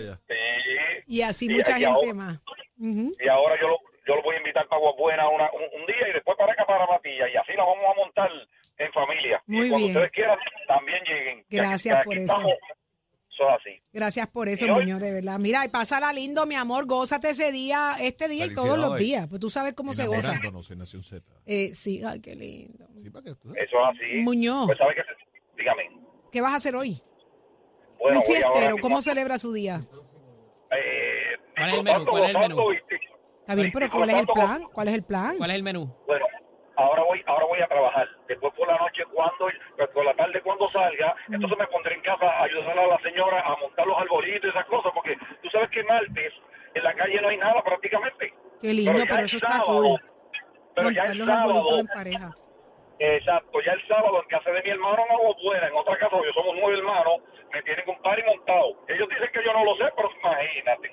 [SPEAKER 2] Y así
[SPEAKER 9] Y-
[SPEAKER 2] mucha
[SPEAKER 9] y
[SPEAKER 2] gente
[SPEAKER 9] ahora-
[SPEAKER 2] más. Ujú.
[SPEAKER 9] Y ahora yo lo, yo lo voy a invitar para Guabuena una, un, un día y después para acá para Matilla. Y así nos vamos a montar en familia.
[SPEAKER 2] Muy
[SPEAKER 9] y cuando
[SPEAKER 2] bien.
[SPEAKER 9] ustedes quieran, también lleguen. Que aquí-
[SPEAKER 2] Gracias
[SPEAKER 9] que
[SPEAKER 2] por
[SPEAKER 9] aquí
[SPEAKER 2] eso.
[SPEAKER 9] estamos. Eso es así.
[SPEAKER 2] Gracias por eso,
[SPEAKER 9] Y hoy-
[SPEAKER 2] Muñoz, de verdad. Mira, y pásala lindo, mi amor. Gózate ese día, este día y todos los días. Pues tú sabes cómo se goza.
[SPEAKER 4] Enamorándonos en Nación Z.
[SPEAKER 2] Eh, sí, ay, qué lindo.
[SPEAKER 9] Eso es así.
[SPEAKER 2] Muñoz.
[SPEAKER 9] Pues, ¿sabe qué? Dígame.
[SPEAKER 2] ¿Qué vas a hacer hoy?
[SPEAKER 9] Bueno,
[SPEAKER 2] Un
[SPEAKER 9] voy ahora
[SPEAKER 2] fiestero.
[SPEAKER 9] mismo.
[SPEAKER 2] ¿Cómo celebra su día?
[SPEAKER 9] Eh,
[SPEAKER 3] ¿Cuál es el menú?
[SPEAKER 9] disfrutando,
[SPEAKER 3] ¿Cuál es el menú?
[SPEAKER 9] gozando y-
[SPEAKER 2] Está bien, pero ¿cuál es el plan? ¿Cuál es el plan?
[SPEAKER 3] ¿Cuál es el menú?
[SPEAKER 9] Bueno, ahora voy, ahora voy a trabajar. Después por la noche, cuando, pues, por la tarde, cuando salga, entonces me pondré en casa a ayudar a la señora a montar los arbolitos y esas cosas, porque tú sabes que en martes en la calle no hay nada prácticamente.
[SPEAKER 2] Qué lindo,
[SPEAKER 9] ya
[SPEAKER 2] pero
[SPEAKER 9] el
[SPEAKER 2] eso está
[SPEAKER 9] sábado,
[SPEAKER 2] cool.
[SPEAKER 9] Pero ya
[SPEAKER 2] Montar
[SPEAKER 9] el
[SPEAKER 2] los arbolitos
[SPEAKER 9] sábado,
[SPEAKER 2] en pareja.
[SPEAKER 9] exacto, ya el sábado en casa de mi hermano en Aguabuena, en otra casa, porque somos nueve hermanos, me tienen un party montado. Ellos dicen que yo no lo sé, pero imagínate.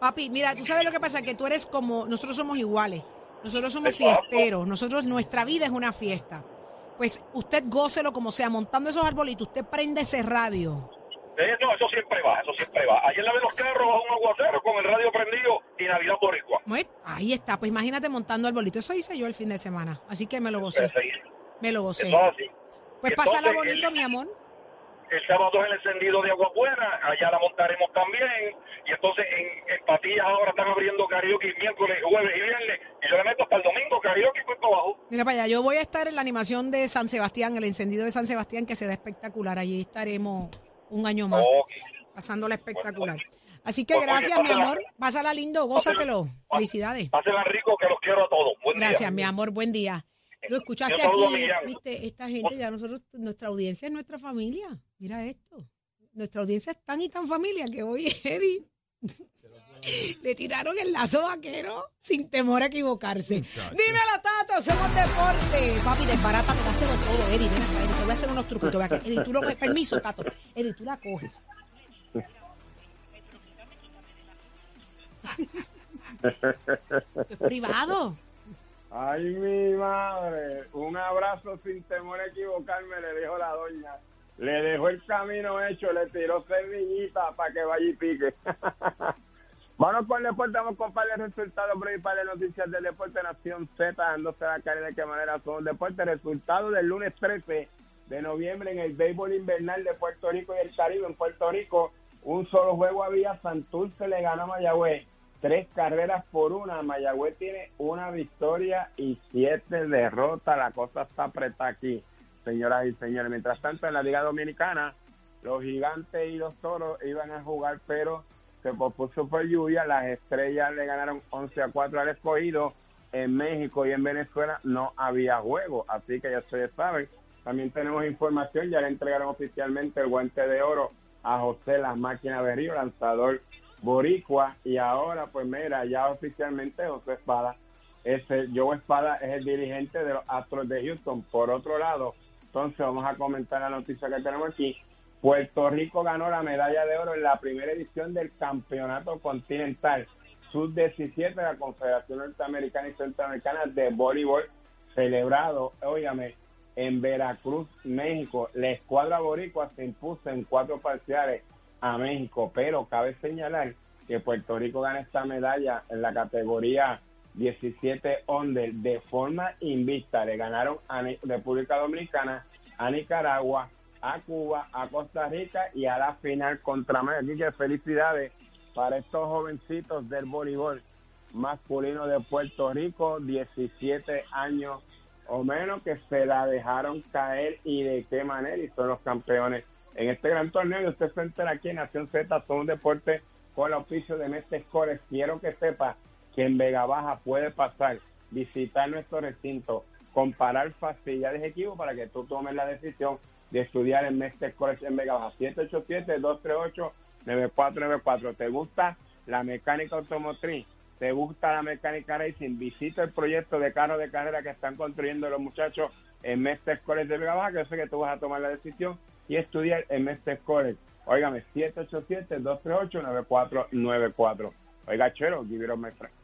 [SPEAKER 2] Papi, mira, tú sabes lo que pasa, que tú eres como, nosotros somos iguales, nosotros somos fiesteros, nosotros, nuestra vida es una fiesta. Pues usted gócelo como sea, montando esos arbolitos, usted prende ese radio.
[SPEAKER 9] Eh, no, eso siempre va, eso siempre va. Ayer la de los carros bajo un aguacero con el radio prendido y Navidad Boricua.
[SPEAKER 2] Pues, Ahí está, pues imagínate montando arbolito. Eso hice yo el fin de semana, así que me lo gocé,
[SPEAKER 9] Eso es
[SPEAKER 2] me lo gocé.
[SPEAKER 9] así.
[SPEAKER 2] Pues
[SPEAKER 9] Eh, Entonces, eh,
[SPEAKER 2] pásala bonito,
[SPEAKER 9] el-
[SPEAKER 2] mi amor.
[SPEAKER 9] El sábado es el encendido de Agua Buena, allá la montaremos también. Y entonces en, en Patillas ahora están abriendo karaoke miércoles, jueves y viernes. Y yo le meto hasta el domingo karaoke y cuento abajo.
[SPEAKER 2] Mira para allá, yo voy a estar en la animación de San Sebastián, el encendido de San Sebastián, que se da espectacular. Allí estaremos un año más, pasándola espectacular. Así que
[SPEAKER 9] Oh, Pues, oye,
[SPEAKER 2] gracias, mi
[SPEAKER 9] pásala-
[SPEAKER 2] amor. Pásala lindo, gózatelo. Felicidades.
[SPEAKER 9] Pásenla rico que los quiero a todos. Buen día.
[SPEAKER 2] Gracias, mi amor. Buen día. Lo escuchaste
[SPEAKER 9] Yo saludo a
[SPEAKER 2] aquí,
[SPEAKER 9] Millán.
[SPEAKER 2] viste, esta gente ya nosotros, nuestra audiencia es nuestra familia. Mira esto. Nuestra audiencia es tan y tan familia que hoy Eddie le tiraron el lazo vaquero sin temor a equivocarse. Dímelo, Tato, somos deporte. Papi, desbarata, te hace de todo, Eddie. Ven acá, Eddie, te voy a hacer unos truquitos. Ven acá. Eddie, tú no me permiso, Tato. Eddie, tú la coges. Privado.
[SPEAKER 10] Ay, mi madre. Un abrazo sin temor a equivocarme, le dijo la doña. Le dejó el camino hecho, le tiró semillita para que vaya y pique. Vamos con deporte, vamos con par de resultados breves y par de noticias del deporte Nación Z, dándose la cara y de qué manera son deportes. Resultados del lunes 13 de noviembre en el béisbol invernal de Puerto Rico y el Caribe en Puerto Rico. Un solo juego había, Santurce le ganó a Mayagüez. Tres carreras por una, Mayagüez tiene una victoria y siete derrotas. La cosa está apretada aquí, señoras y señores. Mientras tanto, en la Liga Dominicana, los gigantes y los toros iban a jugar, pero se pospuso por lluvia. Las estrellas le ganaron 11 a 4 al escogido. En México y en Venezuela no había juego, así que ya ustedes saben. También tenemos información, ya le entregaron oficialmente el guante de oro a José Las Máquinas Berrío, lanzador boricua. Y ahora, pues mira, ya oficialmente José Espada es el, Joe Espada es el dirigente de los Astros de Houston. Por otro lado, entonces vamos a comentar la noticia que tenemos aquí. Puerto Rico ganó la medalla de oro en la primera edición del Campeonato Continental Sub-17 de la Confederación Norteamericana y Centroamericana de Voleibol, celebrado, óigame, en Veracruz, México. La escuadra boricua se impuso en cuatro parciales a México, pero cabe señalar que Puerto Rico gana esta medalla en la categoría 17 under de forma invicta. Le ganaron a Ni- República Dominicana, a Nicaragua, a Cuba, a Costa Rica y a la final contra México. Así que felicidades para estos jovencitos del voleibol masculino de Puerto Rico, 17 años o menos, que se la dejaron caer y de qué manera, y son los campeones en este gran torneo. Y usted se entera aquí en Nación Z, son un deporte con el oficio de Mestre Scores. Quiero que sepa que en Vega Baja puede pasar, visitar nuestro recinto, comparar facilidades de equipo para que tú tomes la decisión de estudiar en Mestre College en Vega Baja. 787-238-9494. ¿Te gusta la mecánica automotriz? ¿Te gusta la mecánica racing? Visita el proyecto de carro de carrera que están construyendo los muchachos el Mestre College de Vega Baja, que yo sé que tú vas a tomar la decisión, y estudiar en Mestre College. Óigame, 787-238-9494. Oiga, chero, give it up, my friend.